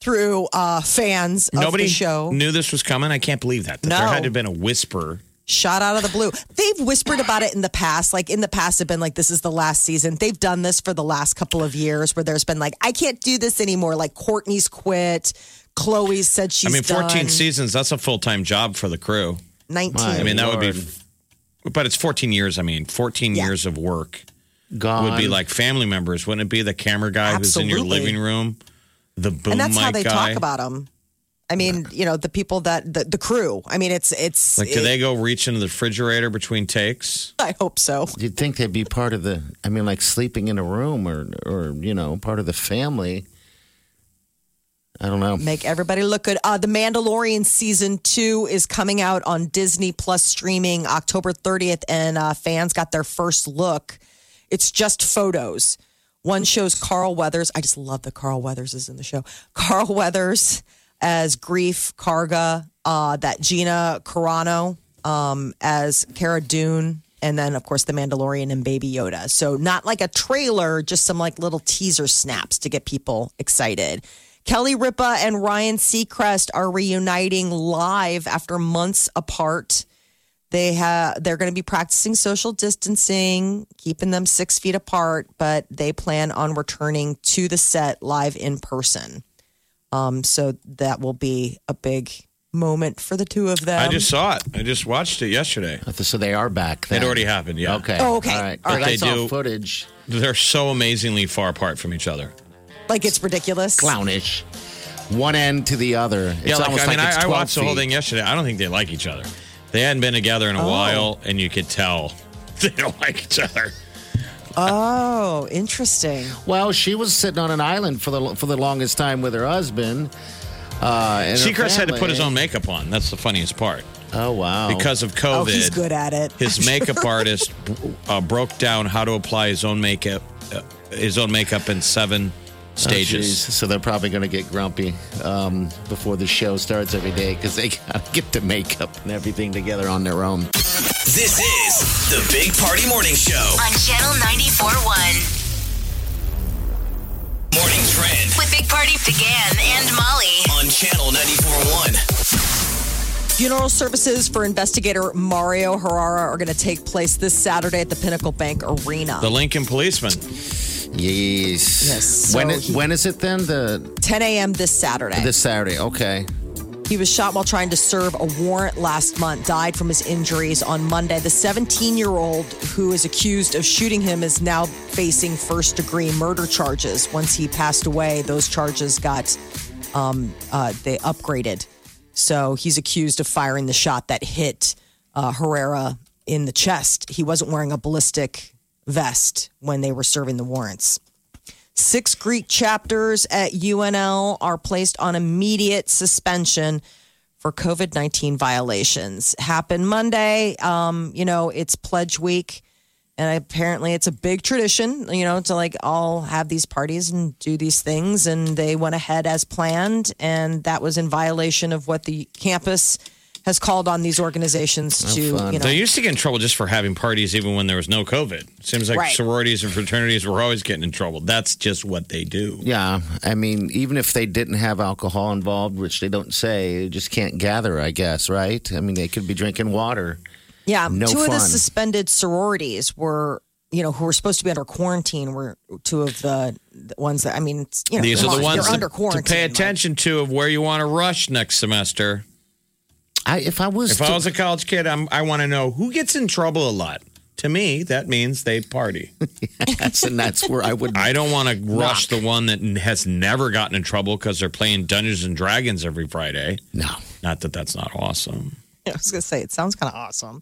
[SPEAKER 5] through uh, fans
[SPEAKER 4] Nobody
[SPEAKER 5] of the show.
[SPEAKER 4] knew this was coming. I can't believe that. that
[SPEAKER 5] No.
[SPEAKER 4] There had to have been a whisper.
[SPEAKER 5] shot out of the blue. They've whispered about it in the past. Like in the past, have been like, this is the last season. They've done this for the last couple of years where there's been like, I can't do this anymore. Like Courtney's quit. Chloe's said she's
[SPEAKER 4] I mean, 14
[SPEAKER 5] done.
[SPEAKER 4] seasons, that's a full time job for the crew.
[SPEAKER 5] 19.
[SPEAKER 4] I mean, that would
[SPEAKER 3] Lord.
[SPEAKER 4] be, but it's 14 years. I mean, 14
[SPEAKER 5] Yeah.
[SPEAKER 4] years of work
[SPEAKER 3] gone?
[SPEAKER 4] would be like family members. Wouldn't it be the camera guy who's in your
[SPEAKER 5] Absolutely.
[SPEAKER 4] living room? The boom
[SPEAKER 5] and that's
[SPEAKER 4] mic
[SPEAKER 5] how they
[SPEAKER 4] oh guy.
[SPEAKER 5] talk about them. I mean, you know, the people that the, the crew. I mean, it's it's.
[SPEAKER 4] like, do they go reach into the refrigerator between takes?
[SPEAKER 5] I hope so.
[SPEAKER 3] You'd think they'd be part of the, I mean, like sleeping in a room or, or you know, part of the family. I don't know.
[SPEAKER 5] Make everybody look good. Uh, the Mandalorian season two is coming out on Disney Plus streaming October 30th, and uh, fans got their first look. It's just photos. One shows Carl Weathers. I just love that Carl Weathers is in the show. Carl Weathers as Grief Karga, uh, that Gina Carano um, as Cara Dune, and then of course the Mandalorian and Baby Yoda. So not like a trailer, just some like little teaser snaps to get people excited. Kelly Ripa and Ryan Seacrest are reuniting live after months apart. They have they're going to be practicing social distancing, keeping them six feet apart, but they plan on returning to the set live in person. Um, so that will be a big moment for the two of them.
[SPEAKER 4] I just saw it. I just watched it yesterday.
[SPEAKER 3] So they are back. Then.
[SPEAKER 4] It already happened. Yeah.
[SPEAKER 3] Okay.
[SPEAKER 5] Oh, okay.
[SPEAKER 3] All right.
[SPEAKER 5] All
[SPEAKER 3] But
[SPEAKER 4] right.
[SPEAKER 3] I saw
[SPEAKER 4] They do-
[SPEAKER 3] footage.
[SPEAKER 4] They're so amazingly far apart from each other.
[SPEAKER 5] like it's ridiculous.
[SPEAKER 3] Clownish. One end to the other. It's
[SPEAKER 4] yeah, like,
[SPEAKER 3] almost
[SPEAKER 4] I mean,
[SPEAKER 3] like it's
[SPEAKER 4] I, I
[SPEAKER 3] 12
[SPEAKER 4] watched the whole
[SPEAKER 3] feet.
[SPEAKER 4] thing yesterday. I don't think they like each other. They hadn't been together
[SPEAKER 5] Oh.
[SPEAKER 4] in a while, and you could tell they don't like each other.
[SPEAKER 5] Oh, interesting.
[SPEAKER 3] Well, she was sitting on an island for the for the longest time with her husband. Uh, and her
[SPEAKER 4] Seacrest had to put his own
[SPEAKER 3] family.
[SPEAKER 4] makeup on. That's the funniest part
[SPEAKER 3] Oh wow!
[SPEAKER 4] because of
[SPEAKER 5] Oh,
[SPEAKER 4] COVID.
[SPEAKER 5] he's good at it.
[SPEAKER 4] His makeup artist uh, broke down how to apply his own makeup, uh, his own makeup in
[SPEAKER 3] Oh,
[SPEAKER 4] seven stages.
[SPEAKER 3] jeez. so they're probably going to get grumpy um, before the show starts every day because they got to get the makeup and everything together on their own.
[SPEAKER 6] This is the Big Party Morning Show.
[SPEAKER 2] on Channel 94.1
[SPEAKER 6] Morning Trend
[SPEAKER 2] with Big Party began and Molly.
[SPEAKER 6] on Channel 94.1.
[SPEAKER 5] Funeral services for investigator Mario Herrera are going to take place this Saturday at the Pinnacle Bank Arena.
[SPEAKER 4] the Lincoln policeman.
[SPEAKER 3] Yes.
[SPEAKER 5] Yes, so
[SPEAKER 3] when it,
[SPEAKER 5] he-
[SPEAKER 3] when is it then? The
[SPEAKER 5] 10 a.m. this Saturday.
[SPEAKER 3] this Saturday. Okay.
[SPEAKER 5] He was shot while trying to serve a warrant last month, died from his injuries on Monday. The 17 year old who is accused of shooting him is now facing first degree murder charges. Once he passed away, those charges got um, uh, they upgraded. So he's accused of firing the shot that hit uh, Herrera in the chest. He wasn't wearing a ballistic vest when they were serving the warrants. Six Greek chapters at UNL are placed on immediate suspension for COVID 19 violations. Happened Monday. Um, you know, it's pledge week. And apparently, it's a big tradition, you know, to like all have these parties and do these things. And they went ahead as planned. And that was in violation of what the campus has called on these organizations to, you know,
[SPEAKER 4] They used to get in trouble just for having parties, even when there was no COVID. Seems like
[SPEAKER 5] Right.
[SPEAKER 4] sororities and fraternities were always getting in trouble. That's just what they do.
[SPEAKER 3] Yeah, I mean, even if they didn't have alcohol involved, which they don't say, you just can't gather, I guess, right? I mean, they could be drinking water.
[SPEAKER 5] Yeah,
[SPEAKER 3] No
[SPEAKER 5] two of the
[SPEAKER 3] fun.
[SPEAKER 5] suspended sororities were, you know, who were supposed to be under quarantine were two of the, the ones that I mean, it's, you know,
[SPEAKER 4] These
[SPEAKER 5] come
[SPEAKER 4] are the ones
[SPEAKER 5] on, you're
[SPEAKER 4] to,
[SPEAKER 5] under
[SPEAKER 4] to
[SPEAKER 5] quarantine.
[SPEAKER 4] pay
[SPEAKER 5] like,
[SPEAKER 4] attention to of where you want to rush next semester.
[SPEAKER 3] I if I was,
[SPEAKER 4] If
[SPEAKER 3] to-
[SPEAKER 4] I was a college kid, I'm, I want to know who gets in trouble a lot. To me, that means they party.
[SPEAKER 3] that's, and that's where I would.
[SPEAKER 4] I don't want to rush the one that n- has never gotten in trouble because they're playing Dungeons and Dragons every Friday.
[SPEAKER 3] no,
[SPEAKER 4] Not that that's not awesome.
[SPEAKER 5] I was gonna say it sounds kind of awesome.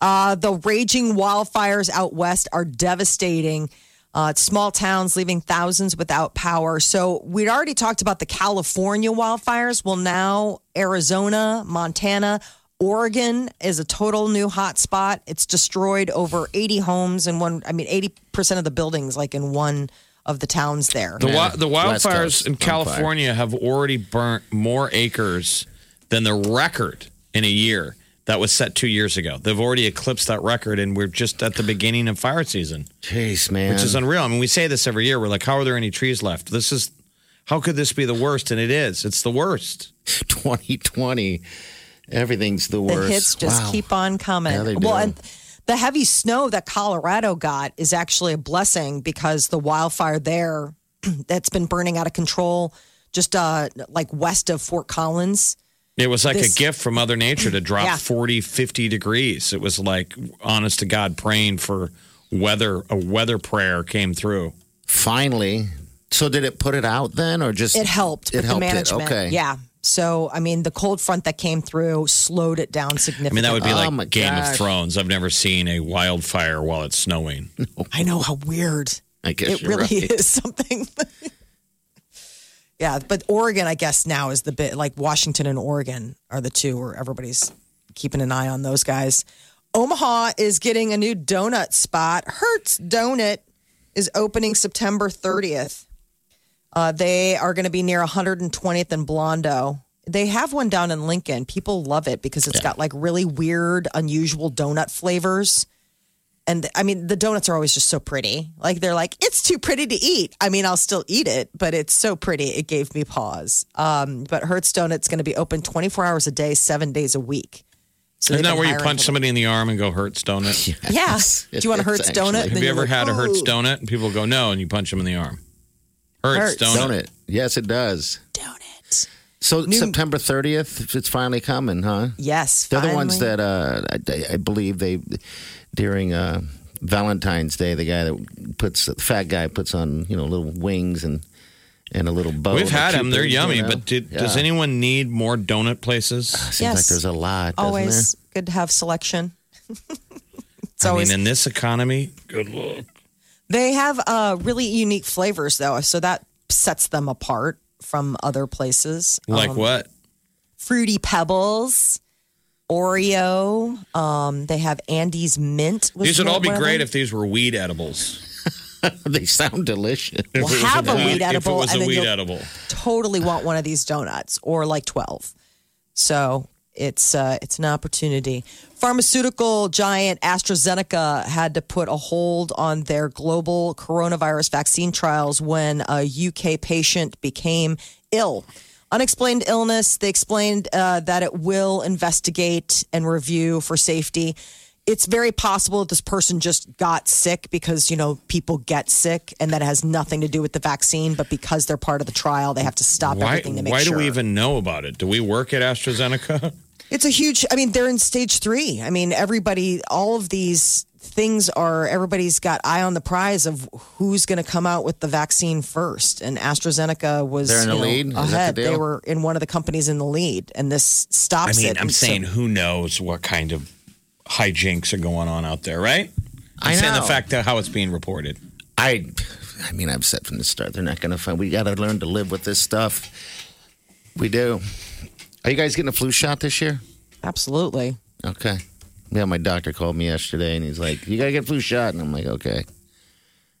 [SPEAKER 5] Uh, the raging wildfires out west are devastating. Uh, it's small towns leaving thousands without power. So we'd already talked about the California wildfires. Well, now Arizona, Montana, Oregon is a total new hotspot. It's destroyed over 80 homes and one. I mean, 80 percent of the buildings, like in one of the towns there.
[SPEAKER 4] The, wi-
[SPEAKER 3] Yeah,
[SPEAKER 4] the
[SPEAKER 3] West
[SPEAKER 4] wildfires
[SPEAKER 3] Coast
[SPEAKER 4] in
[SPEAKER 3] on fire.
[SPEAKER 4] California have already burnt more acres than the record in a year that was set two years ago. They've already eclipsed that record, and we're just at the beginning of fire season.
[SPEAKER 3] jeez, man,
[SPEAKER 4] which is unreal. I mean, we say this every year. We're like, how are there any trees left? This is, how could this be the worst? And it is. It's the worst.
[SPEAKER 3] 2020. Everything's the
[SPEAKER 5] the
[SPEAKER 3] worst.
[SPEAKER 5] hits just
[SPEAKER 3] Wow.
[SPEAKER 5] keep on coming.
[SPEAKER 3] Yeah, they
[SPEAKER 5] Well,
[SPEAKER 3] do.
[SPEAKER 5] and the heavy snow that Colorado got is actually a blessing because the wildfire there that's been burning out of control, just uh, like west of Fort Collins.
[SPEAKER 4] It was like
[SPEAKER 5] This-
[SPEAKER 4] a gift from Mother Nature to drop
[SPEAKER 5] Yeah.
[SPEAKER 4] forty, fifty 40, 50 degrees. It was like, honest to God, praying for weather. A weather prayer came through.
[SPEAKER 3] Finally. So did it put it out then, or just
[SPEAKER 5] It helped
[SPEAKER 3] It
[SPEAKER 5] with
[SPEAKER 3] helped
[SPEAKER 5] the management.
[SPEAKER 3] It. Okay.
[SPEAKER 5] Yeah. So, I mean, the cold front that came through slowed it
[SPEAKER 4] I
[SPEAKER 5] down
[SPEAKER 4] mean,
[SPEAKER 5] significantly.
[SPEAKER 4] that would be
[SPEAKER 3] Oh
[SPEAKER 4] like
[SPEAKER 3] my
[SPEAKER 4] Game
[SPEAKER 3] gosh.
[SPEAKER 4] of Thrones. I've never seen a wildfire while it's snowing.
[SPEAKER 5] I know how weird.
[SPEAKER 3] I guess
[SPEAKER 5] it
[SPEAKER 3] you're
[SPEAKER 5] really
[SPEAKER 3] right.
[SPEAKER 5] is something. yeah, but Oregon, I guess now is the bit like Washington and Oregon are the two where everybody's keeping an eye on those guys. Omaha is getting a new donut spot, Hertz Donut. is opening September 30th. Uh, they are going to be near 120th and Blondo. They have one down in Lincoln. People love it because it's got like really weird, unusual donut flavors. And I mean, the donuts are always just so pretty. Like they're like, it's too pretty to eat. I mean, I'll still eat it, but it's so pretty. It gave me pause. Um, but Hertz Donuts going to be open 24 hours a day, seven days a week. So
[SPEAKER 4] Isn't
[SPEAKER 5] they've
[SPEAKER 4] that
[SPEAKER 5] been
[SPEAKER 4] where you
[SPEAKER 5] hiring
[SPEAKER 4] punch
[SPEAKER 5] people-
[SPEAKER 4] somebody in the arm and go Hertz donut?
[SPEAKER 5] Yeah. Do
[SPEAKER 3] Yes,
[SPEAKER 5] you want a
[SPEAKER 3] it's
[SPEAKER 5] Hertz donut?
[SPEAKER 3] actually-
[SPEAKER 5] And
[SPEAKER 4] Have
[SPEAKER 5] then
[SPEAKER 4] you
[SPEAKER 5] you're
[SPEAKER 4] ever
[SPEAKER 5] like,
[SPEAKER 4] had a Hertz
[SPEAKER 5] "Ooh."
[SPEAKER 4] donut and people go no and you punch them in the arm? Hertz,
[SPEAKER 5] Hertz.
[SPEAKER 4] donut.
[SPEAKER 3] Donut. Yes, it does.
[SPEAKER 5] donut.
[SPEAKER 3] So September 30th, it's finally coming, huh?
[SPEAKER 5] Yes.
[SPEAKER 3] They're the ones
[SPEAKER 5] finally.
[SPEAKER 3] that uh, I, I believe they during uh, Valentine's Day, the guy that puts the fat guy puts on you know little wings and and a little bow.
[SPEAKER 4] We've
[SPEAKER 3] and a
[SPEAKER 4] had them;
[SPEAKER 3] cupid,
[SPEAKER 4] they're
[SPEAKER 3] you
[SPEAKER 4] yummy.
[SPEAKER 3] know?
[SPEAKER 4] But did, does
[SPEAKER 3] Yeah.
[SPEAKER 4] anyone need more donut places?
[SPEAKER 3] Seems like
[SPEAKER 5] Yes.
[SPEAKER 3] there's a lot. doesn't
[SPEAKER 5] always good to have selection. it's
[SPEAKER 4] I
[SPEAKER 5] always
[SPEAKER 4] mean, in this economy, good luck.
[SPEAKER 5] they have uh, really unique flavors though, so that sets them apart from other places.
[SPEAKER 4] Like
[SPEAKER 5] Um,
[SPEAKER 4] what?
[SPEAKER 5] fruity pebbles, Oreo. Um, they have Andy's mint. was
[SPEAKER 4] These would all be
[SPEAKER 5] one of
[SPEAKER 4] great
[SPEAKER 5] them.
[SPEAKER 4] if these were weed edibles.
[SPEAKER 3] there? they sound delicious.
[SPEAKER 5] We'll have a weed
[SPEAKER 4] If it
[SPEAKER 5] edible,
[SPEAKER 4] was
[SPEAKER 5] and
[SPEAKER 4] a
[SPEAKER 5] then
[SPEAKER 4] weed
[SPEAKER 5] you'll
[SPEAKER 4] edible,
[SPEAKER 5] totally want one of these donuts or like 12 so it's uh, it's an opportunity pharmaceutical giant astrazeneca had to put a hold on their global coronavirus vaccine trials when a uk patient became ill unexplained illness they explained uh, that it will investigate and review for safety it's very possible that this person just got sick because you know people get sick and that it has nothing to do with the vaccine but because they're part of the trial they have to stop
[SPEAKER 4] why?
[SPEAKER 5] everything to make
[SPEAKER 4] Why
[SPEAKER 5] sure
[SPEAKER 4] do we even know about it? Do we work at AstraZeneca?
[SPEAKER 5] it's a huge i mean they're in stage three i mean everybody all of these things are everybody's got eye on the prize of who's going to come out with the vaccine first and astrazeneca was
[SPEAKER 3] They're in the
[SPEAKER 5] you know,
[SPEAKER 3] lead? Is that the
[SPEAKER 5] ahead they
[SPEAKER 3] deal?
[SPEAKER 5] were in one of the companies in the lead and this stops it And so-
[SPEAKER 4] who knows what kind of hijinks are going on out there, right? I'm
[SPEAKER 3] I
[SPEAKER 4] saying the
[SPEAKER 3] know.
[SPEAKER 4] fact that how it's being reported.
[SPEAKER 3] I, I mean, I've said from the start, they're not going to find. We got to learn to live with this stuff. We do. Are you guys getting a flu shot this year?
[SPEAKER 5] absolutely
[SPEAKER 3] Okay. Yeah, my doctor called me yesterday and he's like, "You got to get a flu shot," and I'm like, "Okay."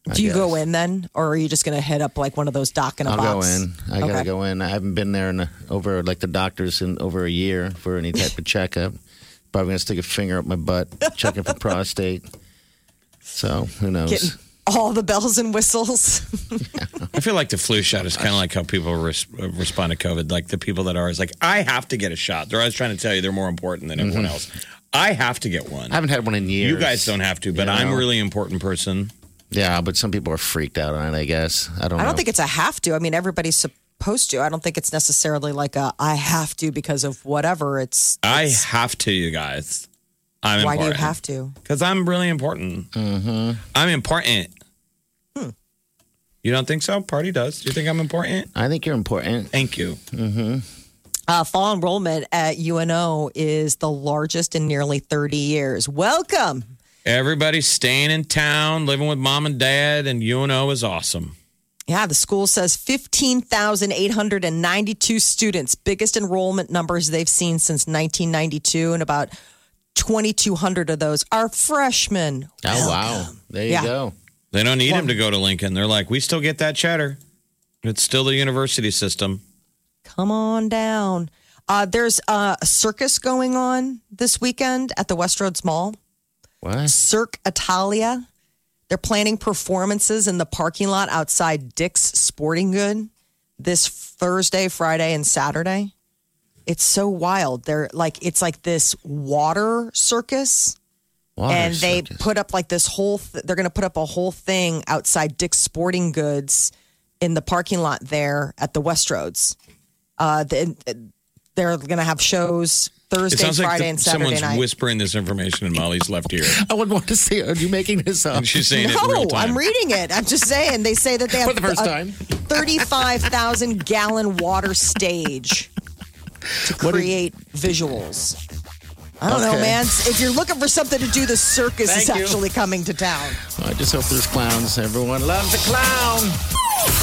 [SPEAKER 3] I
[SPEAKER 5] do you go
[SPEAKER 3] guess.
[SPEAKER 5] in then or are you just going to head up like one of those dock in a
[SPEAKER 3] I'll
[SPEAKER 5] box
[SPEAKER 3] go in. I gotta
[SPEAKER 5] Okay.
[SPEAKER 3] go in. I haven't been there in a, over like the doctors in over a year for any type of checkup. Probably gonna stick a finger up my butt, checking for prostate. So who knows?
[SPEAKER 5] getting all the bells and whistles.
[SPEAKER 4] I feel like the flu shot is kind of like how people res- uh, respond to COVID. Like the people that are always like, I have to get a shot. They're always trying to tell you they're more important than
[SPEAKER 5] Mm-hmm.
[SPEAKER 4] everyone else. I have to get one.
[SPEAKER 3] I haven't had one in years.
[SPEAKER 4] You guys don't have to, but
[SPEAKER 3] Yeah.
[SPEAKER 4] I'm a really important person.
[SPEAKER 3] Yeah, but some people are freaked out on it. I guess I don't.
[SPEAKER 5] I don't
[SPEAKER 3] know.
[SPEAKER 5] think it's a have to. I mean, everybody's supposed to. I don't think it's necessarily like a I have to because of whatever. It's
[SPEAKER 4] I have to, you guys. I'm
[SPEAKER 5] why do you
[SPEAKER 4] important.
[SPEAKER 5] have to?
[SPEAKER 4] Because I'm really important.
[SPEAKER 3] Mm-hmm.
[SPEAKER 4] I'm important.
[SPEAKER 3] Hmm.
[SPEAKER 4] You don't think so? Party does. Do you think I'm important?
[SPEAKER 3] I think you're important.
[SPEAKER 4] Thank you.
[SPEAKER 5] Uh, fall enrollment at UNO is the largest in nearly 30 years. Welcome.
[SPEAKER 4] Everybody's staying in town, living with mom and dad, and UNO is awesome.
[SPEAKER 5] Yeah, the school says 15,892 students, biggest enrollment numbers they've seen since 1992, and about 2,200 of those are freshmen.
[SPEAKER 3] Oh wow, there you
[SPEAKER 5] Yeah.
[SPEAKER 3] go.
[SPEAKER 4] They don't need him to go to Lincoln. They're like, we still get that cheddar. It's still the university system.
[SPEAKER 5] come on down. Uh, there's uh, a circus going on this weekend at the Westroads Mall,
[SPEAKER 3] What?
[SPEAKER 5] Cirque Italia. They're planning performances in the parking lot outside Dick's Sporting Good this Thursday, Friday, and Saturday. It's so wild. They're like it's like this water circus
[SPEAKER 3] Water
[SPEAKER 5] and they
[SPEAKER 3] circus.
[SPEAKER 5] put up like this whole th- they're going to put up a whole thing outside dick's sporting goods in the parking lot there at the westroads uh, the, they're going to have shows
[SPEAKER 4] It
[SPEAKER 5] thursday
[SPEAKER 4] sounds
[SPEAKER 5] friday
[SPEAKER 4] like the-
[SPEAKER 5] and saturday
[SPEAKER 4] someone's
[SPEAKER 5] night
[SPEAKER 4] whispering this information in Molly's left ear.
[SPEAKER 3] I would want to see. Are you making this up?
[SPEAKER 4] And she's saying it in
[SPEAKER 5] no
[SPEAKER 4] real time.
[SPEAKER 5] i'm reading it i'm just saying they say that they have
[SPEAKER 3] For the first
[SPEAKER 5] a
[SPEAKER 3] time.
[SPEAKER 5] 35000 gallon water stage to
[SPEAKER 3] What did-
[SPEAKER 5] create visuals i don't know
[SPEAKER 3] Okay.
[SPEAKER 5] man if you're looking for something to do the circus is
[SPEAKER 3] Thank you.
[SPEAKER 5] actually coming to town
[SPEAKER 3] I just hope there's clowns. Everyone loves a clown.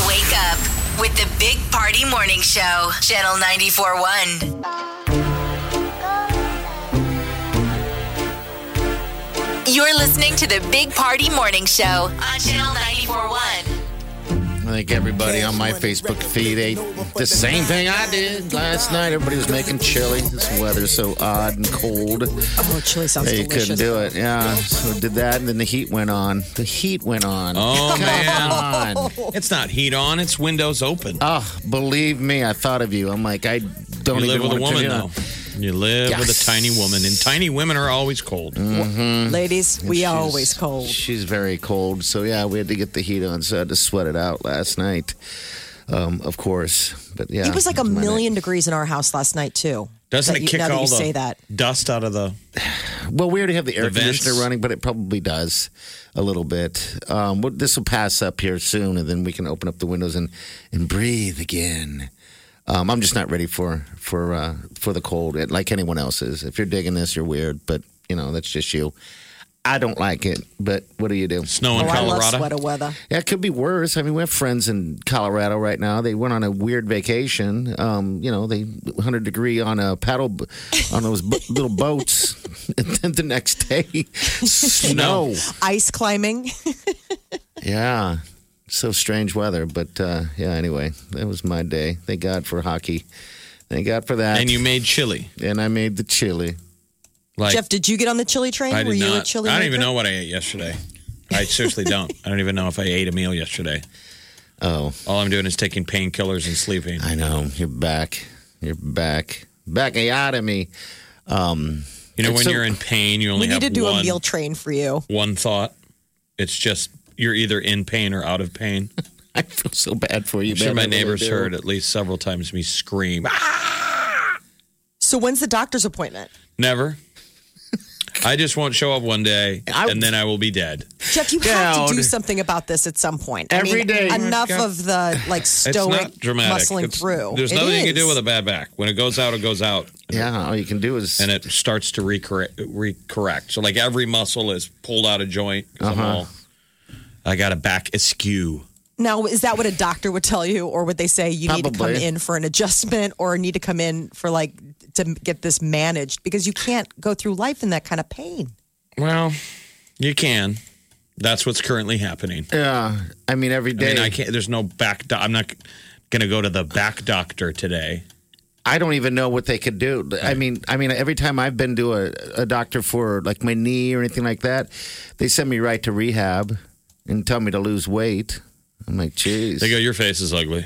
[SPEAKER 2] Wake up with the Big Party Morning Show, Channel 941. You're listening to the Big Party Morning Show on Channel 941. 941.
[SPEAKER 3] I think everybody on my Facebook feed ate the same thing I did last night. Everybody was making chili. This weather's so odd and cold.
[SPEAKER 5] Oh, chili sounds
[SPEAKER 3] Hey, you
[SPEAKER 5] delicious.
[SPEAKER 3] couldn't do it. Yeah. So did that, and then the heat went on. The heat went on.
[SPEAKER 4] Oh, man.
[SPEAKER 3] Come on.
[SPEAKER 4] It's not heat on, it's windows open.
[SPEAKER 3] Oh, believe me, I thought of you. I'm like, I don't
[SPEAKER 4] You
[SPEAKER 3] even
[SPEAKER 4] live with
[SPEAKER 3] want
[SPEAKER 4] a
[SPEAKER 3] to
[SPEAKER 4] woman,
[SPEAKER 3] turn it
[SPEAKER 4] though.
[SPEAKER 3] on.
[SPEAKER 4] You live with
[SPEAKER 3] Yes.
[SPEAKER 4] a tiny woman, and tiny women are always cold.
[SPEAKER 5] Ladies, we are
[SPEAKER 3] She's-
[SPEAKER 5] always cold.
[SPEAKER 3] She's very cold. So yeah, we had to get the heat on. So I had to sweat it out last night. Um, of course, but yeah,
[SPEAKER 5] It was like a
[SPEAKER 3] my night.
[SPEAKER 5] million degrees in our house last night too.
[SPEAKER 4] Doesn't
[SPEAKER 5] That
[SPEAKER 4] it
[SPEAKER 5] you-
[SPEAKER 4] kick
[SPEAKER 5] now that
[SPEAKER 4] all
[SPEAKER 5] you
[SPEAKER 4] the
[SPEAKER 5] say that?
[SPEAKER 4] dust out of the?
[SPEAKER 3] Well, we already have the air
[SPEAKER 4] vents.
[SPEAKER 3] conditioner running, but it probably does a little bit. Um, well, this will pass up here soon, and then we can open up the windows and and breathe again. Um, I'm just not ready for for uh, for the cold, it- like anyone else is. If you're digging this, you're weird, but you know that's just you. I don't like it, but what do you do?
[SPEAKER 4] Snow in
[SPEAKER 5] oh, I love
[SPEAKER 4] Colorado.
[SPEAKER 5] sweater weather.
[SPEAKER 3] Yeah, it could be worse. I mean, we have friends in Colorado right now. They went on a weird vacation. Um, you know, they 100 degree on a paddle b- on those b- little boats, and then the next day, snow.
[SPEAKER 5] Ice climbing.
[SPEAKER 3] Yeah, so strange weather. But uh, yeah, anyway, that was my day. Thank God for hockey. Thank God for that.
[SPEAKER 4] and you made chili.
[SPEAKER 3] and I made the chili.
[SPEAKER 4] Like
[SPEAKER 5] Jeff, did you get on the chili train?
[SPEAKER 4] I
[SPEAKER 5] Were
[SPEAKER 4] did
[SPEAKER 5] you
[SPEAKER 4] not.
[SPEAKER 5] a chili?
[SPEAKER 4] I don't even
[SPEAKER 5] maker?
[SPEAKER 4] know what I ate yesterday. I seriously don't. I don't even know if I ate a meal yesterday.
[SPEAKER 3] Oh,
[SPEAKER 4] All I'm doing is taking painkillers and sleeping.
[SPEAKER 3] I know you're back. You're back. Back out of me.
[SPEAKER 4] You know,
[SPEAKER 3] It's
[SPEAKER 4] when
[SPEAKER 3] so-
[SPEAKER 4] you're in pain, you only
[SPEAKER 5] We
[SPEAKER 4] have
[SPEAKER 5] need to do
[SPEAKER 4] one,
[SPEAKER 5] a meal train for you.
[SPEAKER 4] one thought. It's just you're either in pain or out of pain.
[SPEAKER 3] I feel so bad for you.
[SPEAKER 4] I'm sure
[SPEAKER 3] man.
[SPEAKER 4] my
[SPEAKER 3] I really
[SPEAKER 4] neighbors
[SPEAKER 3] do.
[SPEAKER 4] heard at least several times me scream. Ah,
[SPEAKER 5] So when's the doctor's appointment?
[SPEAKER 4] Never. I just won't show up one day,
[SPEAKER 3] I-
[SPEAKER 4] and then I will be dead.
[SPEAKER 5] Jeff, you have to do
[SPEAKER 3] Dude.
[SPEAKER 5] something about this at some point.
[SPEAKER 3] Every
[SPEAKER 5] I mean,
[SPEAKER 3] day.
[SPEAKER 5] Enough of the like
[SPEAKER 4] It's
[SPEAKER 5] stoic
[SPEAKER 4] not dramatic.
[SPEAKER 5] muscling
[SPEAKER 4] It's-
[SPEAKER 5] through.
[SPEAKER 4] There's
[SPEAKER 5] It
[SPEAKER 4] nothing you can
[SPEAKER 5] is.
[SPEAKER 4] do with a bad back. When it goes out, it goes out,
[SPEAKER 3] Yeah, all you can do is
[SPEAKER 4] and it starts to recorrect. recorrect. So like every muscle is pulled out of joint. 'cause I'm
[SPEAKER 3] Uh-huh.
[SPEAKER 4] all, I got a back askew.
[SPEAKER 5] Now, is that what a doctor would tell you, or would they say you need to come
[SPEAKER 3] Probably.
[SPEAKER 5] in for an adjustment, or need to come in for like to get this managed? Because you can't go through life in that kind of pain.
[SPEAKER 4] Well, you can. That's what's currently happening.
[SPEAKER 3] Yeah, I mean every
[SPEAKER 4] I
[SPEAKER 3] day. I,
[SPEAKER 4] mean, I can't. There's no back. Do- I'm not going to go to the back doctor today.
[SPEAKER 3] don't even know what they could do. I mean, I mean, every time I've been to a, a doctor for like my knee or anything like that, they send me right to rehab and tell me to lose weight. I'm like, jeez.
[SPEAKER 4] They go, your face is ugly.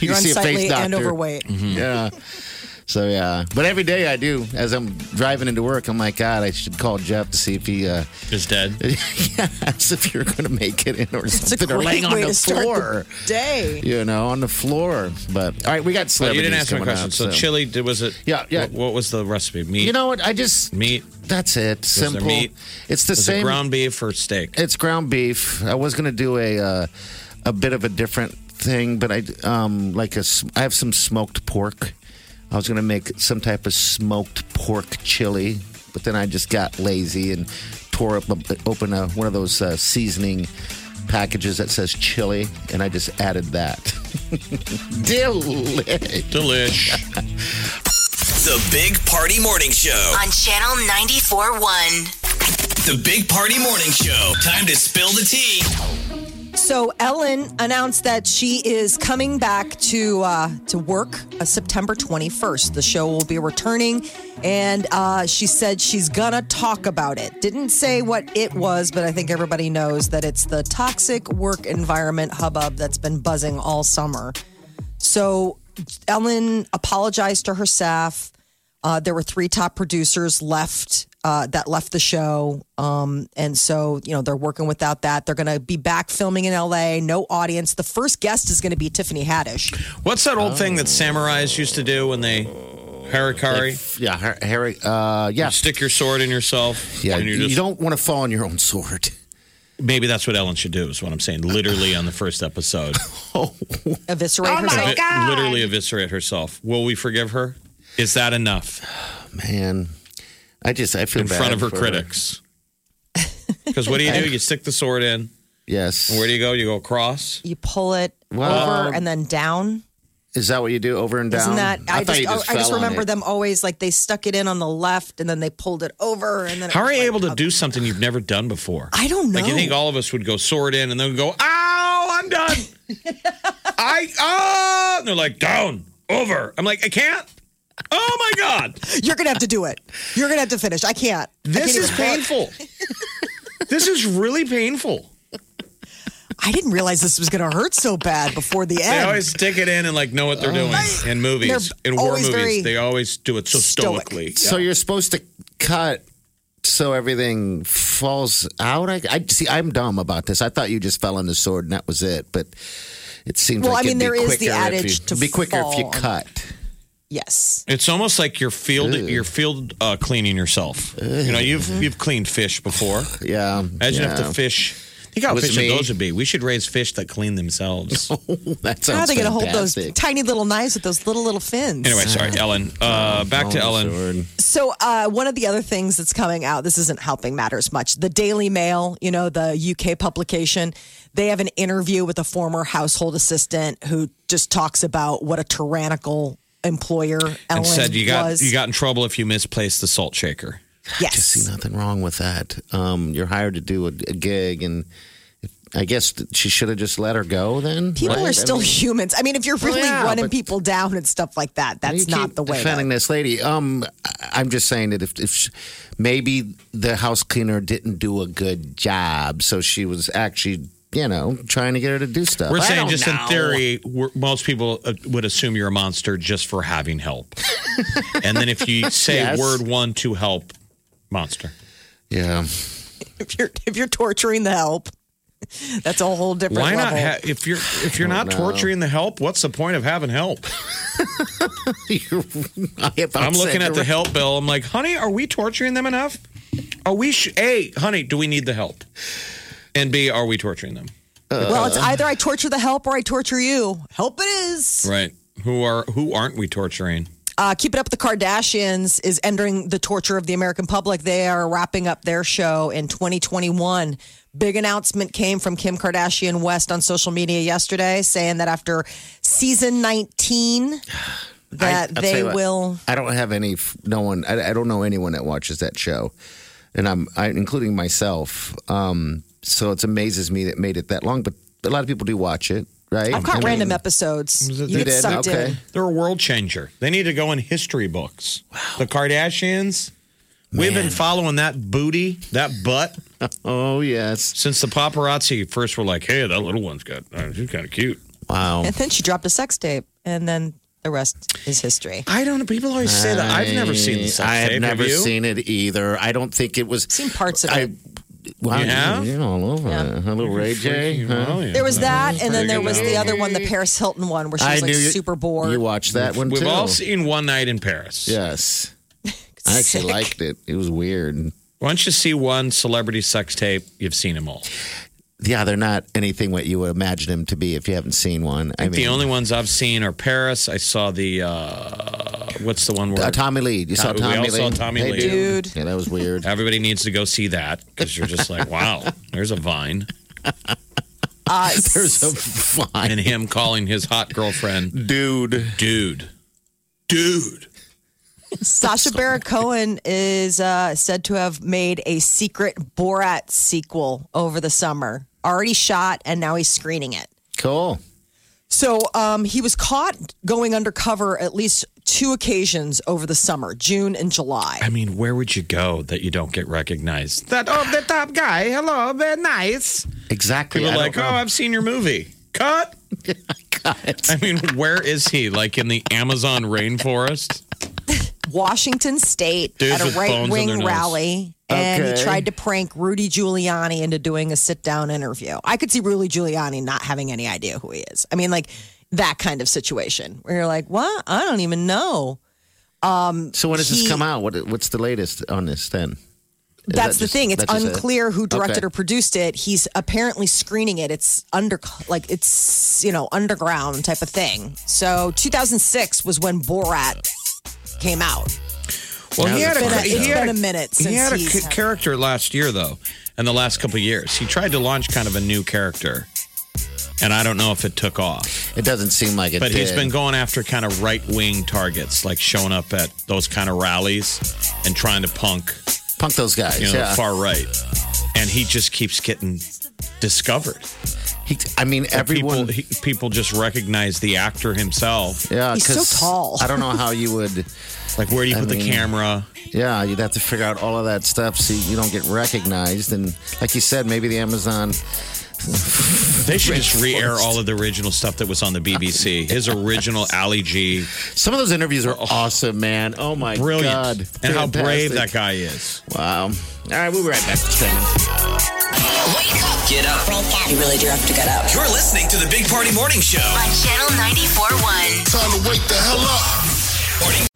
[SPEAKER 3] You
[SPEAKER 5] You're
[SPEAKER 3] see a face
[SPEAKER 5] unsightly
[SPEAKER 3] doctor.
[SPEAKER 5] and overweight.
[SPEAKER 4] Hmm.
[SPEAKER 3] Yeah. So yeah, but every day I do. As I'm driving into work, I'm like, God, I should call Jeff to see if he, uh,
[SPEAKER 4] It's dead.
[SPEAKER 3] yeah, as if you're going to make it in or
[SPEAKER 5] It's a
[SPEAKER 3] something, or
[SPEAKER 5] great
[SPEAKER 3] laying on
[SPEAKER 5] way
[SPEAKER 3] the
[SPEAKER 5] to
[SPEAKER 3] floor.
[SPEAKER 5] start the day.
[SPEAKER 3] You know, on the floor. But all right, we got
[SPEAKER 4] But
[SPEAKER 3] celebrities
[SPEAKER 4] you didn't ask my
[SPEAKER 3] coming
[SPEAKER 4] question.
[SPEAKER 3] up,
[SPEAKER 4] so, chili, did- was it?
[SPEAKER 3] Yeah, yeah.
[SPEAKER 4] What, what was the recipe? Meat.
[SPEAKER 3] You know what? I just
[SPEAKER 4] meat.
[SPEAKER 3] That's it.
[SPEAKER 4] there
[SPEAKER 3] Simple.
[SPEAKER 4] meat?
[SPEAKER 3] It's the
[SPEAKER 4] Was
[SPEAKER 3] same.
[SPEAKER 4] it ground beef or steak?
[SPEAKER 3] it's ground beef. I was gonna do a uh, a bit of a different thing, but I um like a s- I have some smoked pork. I was gonna make some type of smoked pork chili, but then I just got lazy and tore up a, open a, one of those uh, seasoning packages that says chili, and I just added that. Delish.
[SPEAKER 4] Delish.
[SPEAKER 6] The Big Party Morning Show.
[SPEAKER 2] On Channel 941.
[SPEAKER 6] The Big Party Morning Show. Time to spill the tea.
[SPEAKER 5] So Ellen announced that she is coming back to uh, to work uh, September 21st. The show will be returning, and uh, she said she's gonna talk about it. Didn't say what it was, but I think everybody knows that it's the toxic work environment hubbub that's been buzzing all summer. So Ellen apologized to her staff. Uh, there were three top producers left uh, that left the show, um, and so you know they're working without that. They're going to be back filming in L.A. No audience. The first guest is going to be Tiffany Haddish.
[SPEAKER 4] What's that old thing that samurais used to do when they harakiri?
[SPEAKER 3] Yeah, Har- Harry. Uh, yeah,
[SPEAKER 4] Stick your sword in yourself.
[SPEAKER 3] yeah.
[SPEAKER 4] and you're
[SPEAKER 3] You
[SPEAKER 4] just-
[SPEAKER 3] don't want to fall on your own sword.
[SPEAKER 4] Maybe that's what Ellen should do. Is what I'm saying. Literally on the first episode,
[SPEAKER 5] Eviscerate
[SPEAKER 4] Oh
[SPEAKER 5] herself.
[SPEAKER 4] Vi- literally eviscerate herself. Will we forgive her? Is that enough
[SPEAKER 3] man. I just I feel
[SPEAKER 4] in
[SPEAKER 3] bad
[SPEAKER 4] front of her
[SPEAKER 3] for
[SPEAKER 4] critics? Because what do you do? You stick the sword in.
[SPEAKER 3] Yes.
[SPEAKER 4] Where do you go? You go across.
[SPEAKER 5] You pull it
[SPEAKER 3] Well-
[SPEAKER 5] over and then down.
[SPEAKER 3] Is that what you do? Over and down?
[SPEAKER 5] Isn't that? I,
[SPEAKER 3] thought
[SPEAKER 5] just,
[SPEAKER 3] you
[SPEAKER 5] oh, I just
[SPEAKER 3] fell on
[SPEAKER 5] remember
[SPEAKER 3] it.
[SPEAKER 5] them always like they stuck it in on the left and then they pulled it over and then. it
[SPEAKER 4] How are
[SPEAKER 5] was
[SPEAKER 4] you
[SPEAKER 5] like-
[SPEAKER 4] able to do something you've never done before?
[SPEAKER 5] I don't know.
[SPEAKER 4] Like you think all of us would go sword in and then go, ow, I'm done. I oh and they're like, down, over. I'm like, I can't. Oh my God.
[SPEAKER 5] You're gonna have to do it. You're gonna have to finish. I can't. I
[SPEAKER 4] This is
[SPEAKER 5] can't even-
[SPEAKER 4] painful. this is really painful.
[SPEAKER 5] I didn't realize this was gonna hurt so bad before the
[SPEAKER 4] They
[SPEAKER 5] end.
[SPEAKER 4] always stick it in and like know what they're doing in movies,
[SPEAKER 5] They're
[SPEAKER 4] in war
[SPEAKER 5] always very
[SPEAKER 4] movies. They always do it so
[SPEAKER 5] stoic.
[SPEAKER 4] stoically.
[SPEAKER 3] So you're supposed to cut so everything falls out. I, I see. I'm dumb about this. I thought you just fell on the sword and that was it. But it seems
[SPEAKER 5] Well,
[SPEAKER 3] like
[SPEAKER 5] I mean,
[SPEAKER 3] it'd be
[SPEAKER 5] there is the
[SPEAKER 3] quicker if
[SPEAKER 5] adage
[SPEAKER 3] you-
[SPEAKER 5] to
[SPEAKER 3] be quicker if you
[SPEAKER 5] fall on-
[SPEAKER 3] cut.
[SPEAKER 5] yes.
[SPEAKER 4] It's almost like you're field you're field uh, cleaning yourself. You know, you've you've cleaned fish before.
[SPEAKER 3] Yeah.
[SPEAKER 4] Imagine
[SPEAKER 3] yeah.
[SPEAKER 4] if the fish. Think how
[SPEAKER 3] Was me.
[SPEAKER 4] efficient those would be. We should raise fish that clean themselves.
[SPEAKER 3] that sounds
[SPEAKER 5] How are they gonna hold those
[SPEAKER 3] fantastic.
[SPEAKER 5] tiny little knives with those little little fins?
[SPEAKER 4] anyway, sorry, Ellen. Uh, back
[SPEAKER 3] On the
[SPEAKER 4] to Ellen.
[SPEAKER 3] sword.
[SPEAKER 5] So uh, one of the other things that's coming out, this isn't helping matters much. The Daily Mail, you know, the UK publication, they have an interview with a former household assistant who just talks about what a tyrannical employer Ellen
[SPEAKER 4] And said you got
[SPEAKER 5] was.
[SPEAKER 4] you got in trouble if you misplaced the salt shaker.
[SPEAKER 3] I just see
[SPEAKER 5] yes.
[SPEAKER 3] nothing wrong with that. Um, you're hired to do a, a gig, and I guess th- she should have just let her go. Then
[SPEAKER 5] People
[SPEAKER 3] right?
[SPEAKER 5] are still
[SPEAKER 3] I mean,
[SPEAKER 5] humans. I mean, if you're
[SPEAKER 3] Well,
[SPEAKER 5] really
[SPEAKER 3] yeah,
[SPEAKER 5] running
[SPEAKER 3] but-
[SPEAKER 5] people down and stuff like that, that's
[SPEAKER 3] you
[SPEAKER 5] not
[SPEAKER 3] keep
[SPEAKER 5] the way. to-
[SPEAKER 3] Defending this lady, um, I- I'm just saying that if, if sh maybe the house cleaner didn't do a good job, so she was actually, you know, trying to get her to do stuff.
[SPEAKER 4] We're
[SPEAKER 3] I
[SPEAKER 4] saying
[SPEAKER 3] don't
[SPEAKER 4] just
[SPEAKER 3] know.
[SPEAKER 4] in theory, we're, most people uh, would assume you're a monster just for having help. and then if you say
[SPEAKER 3] Yes.
[SPEAKER 4] word one to help, monster.
[SPEAKER 3] Yeah,
[SPEAKER 5] If you're if you're torturing the help, that's a whole different
[SPEAKER 4] Why not?
[SPEAKER 5] level.
[SPEAKER 4] Ha- if you're if you're not
[SPEAKER 3] know.
[SPEAKER 4] torturing the help, what's the point of having help? I'm looking at the help bill. I'm like, honey, are we torturing them enough? Are we? Sh- a, honey, do we need the help? And B, are we torturing them?
[SPEAKER 5] well,
[SPEAKER 3] Uh-huh.
[SPEAKER 5] it's either I torture the help or I torture you. Help it is.
[SPEAKER 4] Right. Who are who aren't we torturing?
[SPEAKER 5] Uh, Keep It Up with the Kardashians is entering the torture of the American public. They are wrapping up their show in 2021. Big announcement came from Kim Kardashian West on social media yesterday saying that after season 19 that
[SPEAKER 3] I'll tell
[SPEAKER 5] they
[SPEAKER 3] you what,
[SPEAKER 5] will
[SPEAKER 3] I don't have any. f- No one. I, I don't know anyone that watches that show, and I'm I, including myself. Um, so it amazes me that it made it that long, but a lot of people do watch it, right?
[SPEAKER 5] I've caught
[SPEAKER 3] I
[SPEAKER 5] random
[SPEAKER 3] mean,
[SPEAKER 5] episodes. You
[SPEAKER 3] You
[SPEAKER 5] get
[SPEAKER 3] did?
[SPEAKER 5] sucked
[SPEAKER 3] Okay.
[SPEAKER 5] in.
[SPEAKER 4] They're a world changer. They need to go in history books. The Kardashians. We've been following that booty, that butt,
[SPEAKER 3] Oh yes.
[SPEAKER 4] since the paparazzi first were like, "Hey, that little one's got, uh, she's kind of cute."
[SPEAKER 3] Wow.
[SPEAKER 5] And then she dropped a sex tape and then the rest is history.
[SPEAKER 4] I don't know. People always say that. I've never seen the sex
[SPEAKER 3] Mm, I
[SPEAKER 4] tape.
[SPEAKER 3] have never
[SPEAKER 4] you?
[SPEAKER 3] seen it either. I don't think it was.
[SPEAKER 5] Seen parts of
[SPEAKER 3] I,
[SPEAKER 5] it.
[SPEAKER 3] Wow,
[SPEAKER 4] You have?
[SPEAKER 3] You're all over it. Hello, Ray J. huh?
[SPEAKER 4] Oh, yeah.
[SPEAKER 5] There was that and then there was the
[SPEAKER 4] Pretty
[SPEAKER 5] other one, the Paris Hilton one where she
[SPEAKER 3] I
[SPEAKER 5] was like
[SPEAKER 3] knew you-
[SPEAKER 5] super bored.
[SPEAKER 3] You watched that one
[SPEAKER 4] We've
[SPEAKER 3] too.
[SPEAKER 4] all seen One Night in Paris.
[SPEAKER 3] Yes. I actually
[SPEAKER 5] Sick.
[SPEAKER 3] liked it. It was weird.
[SPEAKER 4] Once you see one celebrity sex tape, you've seen them all.
[SPEAKER 3] Yeah, they're not anything what you would imagine them to be if you haven't seen one. I mean,
[SPEAKER 4] The only ones I've seen are Paris. I saw the uh, what's the one where
[SPEAKER 3] Uh, Tommy Lee. You saw
[SPEAKER 4] We
[SPEAKER 3] Tommy
[SPEAKER 4] all
[SPEAKER 3] Lee.
[SPEAKER 4] saw Tommy
[SPEAKER 3] Hey,
[SPEAKER 4] Lee.
[SPEAKER 5] Dude.
[SPEAKER 3] Yeah, that was weird.
[SPEAKER 4] everybody needs to go see that because you're just like, wow, there's a vine,
[SPEAKER 5] Uh,
[SPEAKER 3] There's a fine
[SPEAKER 4] and him calling his hot girlfriend
[SPEAKER 3] dude.
[SPEAKER 4] dude, dude.
[SPEAKER 5] Sasha Baron Cohen is uh, said to have made a secret Borat sequel over the summer, already shot, and now he's screening it.
[SPEAKER 3] Cool.
[SPEAKER 5] So um, he was caught going undercover at least two occasions over the summer, June and July.
[SPEAKER 4] I mean, where would you go that you don't get recognized?
[SPEAKER 7] That over the top guy. Hello, very nice.
[SPEAKER 3] Exactly.
[SPEAKER 4] People are
[SPEAKER 3] I
[SPEAKER 4] like, oh,
[SPEAKER 3] don't
[SPEAKER 4] I've seen your movie. Cut.
[SPEAKER 3] know. God.
[SPEAKER 4] I mean, where is he? Like in the Amazon rainforest?
[SPEAKER 5] Washington State
[SPEAKER 4] Dudes
[SPEAKER 5] at
[SPEAKER 4] with
[SPEAKER 5] a
[SPEAKER 4] bones
[SPEAKER 5] right
[SPEAKER 4] in their
[SPEAKER 5] wing
[SPEAKER 4] nose.
[SPEAKER 5] rally. And
[SPEAKER 3] Okay.
[SPEAKER 5] he tried to prank Rudy Giuliani into doing a sit down interview. I could see Rudy Giuliani not having any idea who he is. I mean, like that kind of situation where you're like, what? I don't even know.
[SPEAKER 3] So when does
[SPEAKER 5] he-
[SPEAKER 3] this come out? What, what's the latest on this then? Is
[SPEAKER 5] That's
[SPEAKER 3] that
[SPEAKER 5] the
[SPEAKER 3] just-
[SPEAKER 5] thing. It's
[SPEAKER 3] that's just it?
[SPEAKER 5] unclear who directed
[SPEAKER 3] Okay.
[SPEAKER 5] or produced it. He's apparently screening it. It's under, like, it's, you know, underground type of thing. So 2006 was when Borat came out.
[SPEAKER 4] Well, he had
[SPEAKER 5] It's
[SPEAKER 4] a,
[SPEAKER 5] been a,
[SPEAKER 4] he
[SPEAKER 5] it's
[SPEAKER 4] had
[SPEAKER 5] been a minute since
[SPEAKER 4] he had a
[SPEAKER 5] he's
[SPEAKER 4] ca- character last year though in the last couple of years he tried to launch kind of a new character and I don't know if it took off.
[SPEAKER 3] It doesn't seem like it.
[SPEAKER 4] But he's
[SPEAKER 3] did.
[SPEAKER 4] been going after kind of right wing targets, like showing up at those kind of rallies and trying to punk,
[SPEAKER 3] punk those guys.
[SPEAKER 4] you know,
[SPEAKER 3] yeah,
[SPEAKER 4] the far right. And he just keeps getting discovered.
[SPEAKER 3] He- I mean everyone.
[SPEAKER 4] people, he, people just recognize the actor himself.
[SPEAKER 3] yeah,
[SPEAKER 5] He's so
[SPEAKER 3] 'cause
[SPEAKER 5] tall.
[SPEAKER 3] I don't know how you would.
[SPEAKER 4] Like, where do you
[SPEAKER 3] I
[SPEAKER 4] put the
[SPEAKER 3] mean-
[SPEAKER 4] camera?
[SPEAKER 3] Yeah, you'd have to figure out all of that stuff so you don't get recognized. And like you said, maybe the Amazon.
[SPEAKER 4] They should
[SPEAKER 3] Race
[SPEAKER 4] just re-air
[SPEAKER 3] forest.
[SPEAKER 4] all of the original stuff that was on the BBC. His original Ali G,
[SPEAKER 3] Some of those interviews are awesome, man. Oh my
[SPEAKER 4] brilliant,
[SPEAKER 3] god!
[SPEAKER 4] and how brave that
[SPEAKER 3] Fantastic.
[SPEAKER 4] guy is.
[SPEAKER 3] Wow. All right, we'll be right back. Stay in.
[SPEAKER 6] Get up.
[SPEAKER 8] You really do have to get up.
[SPEAKER 6] You're listening to the Big Party Morning Show.
[SPEAKER 2] On Channel 94.1.
[SPEAKER 9] Time to wake the hell up.
[SPEAKER 6] Morning.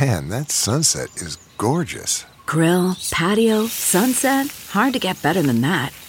[SPEAKER 10] Man, that sunset is gorgeous.
[SPEAKER 11] Grill, patio, sunset. Hard to get better than that.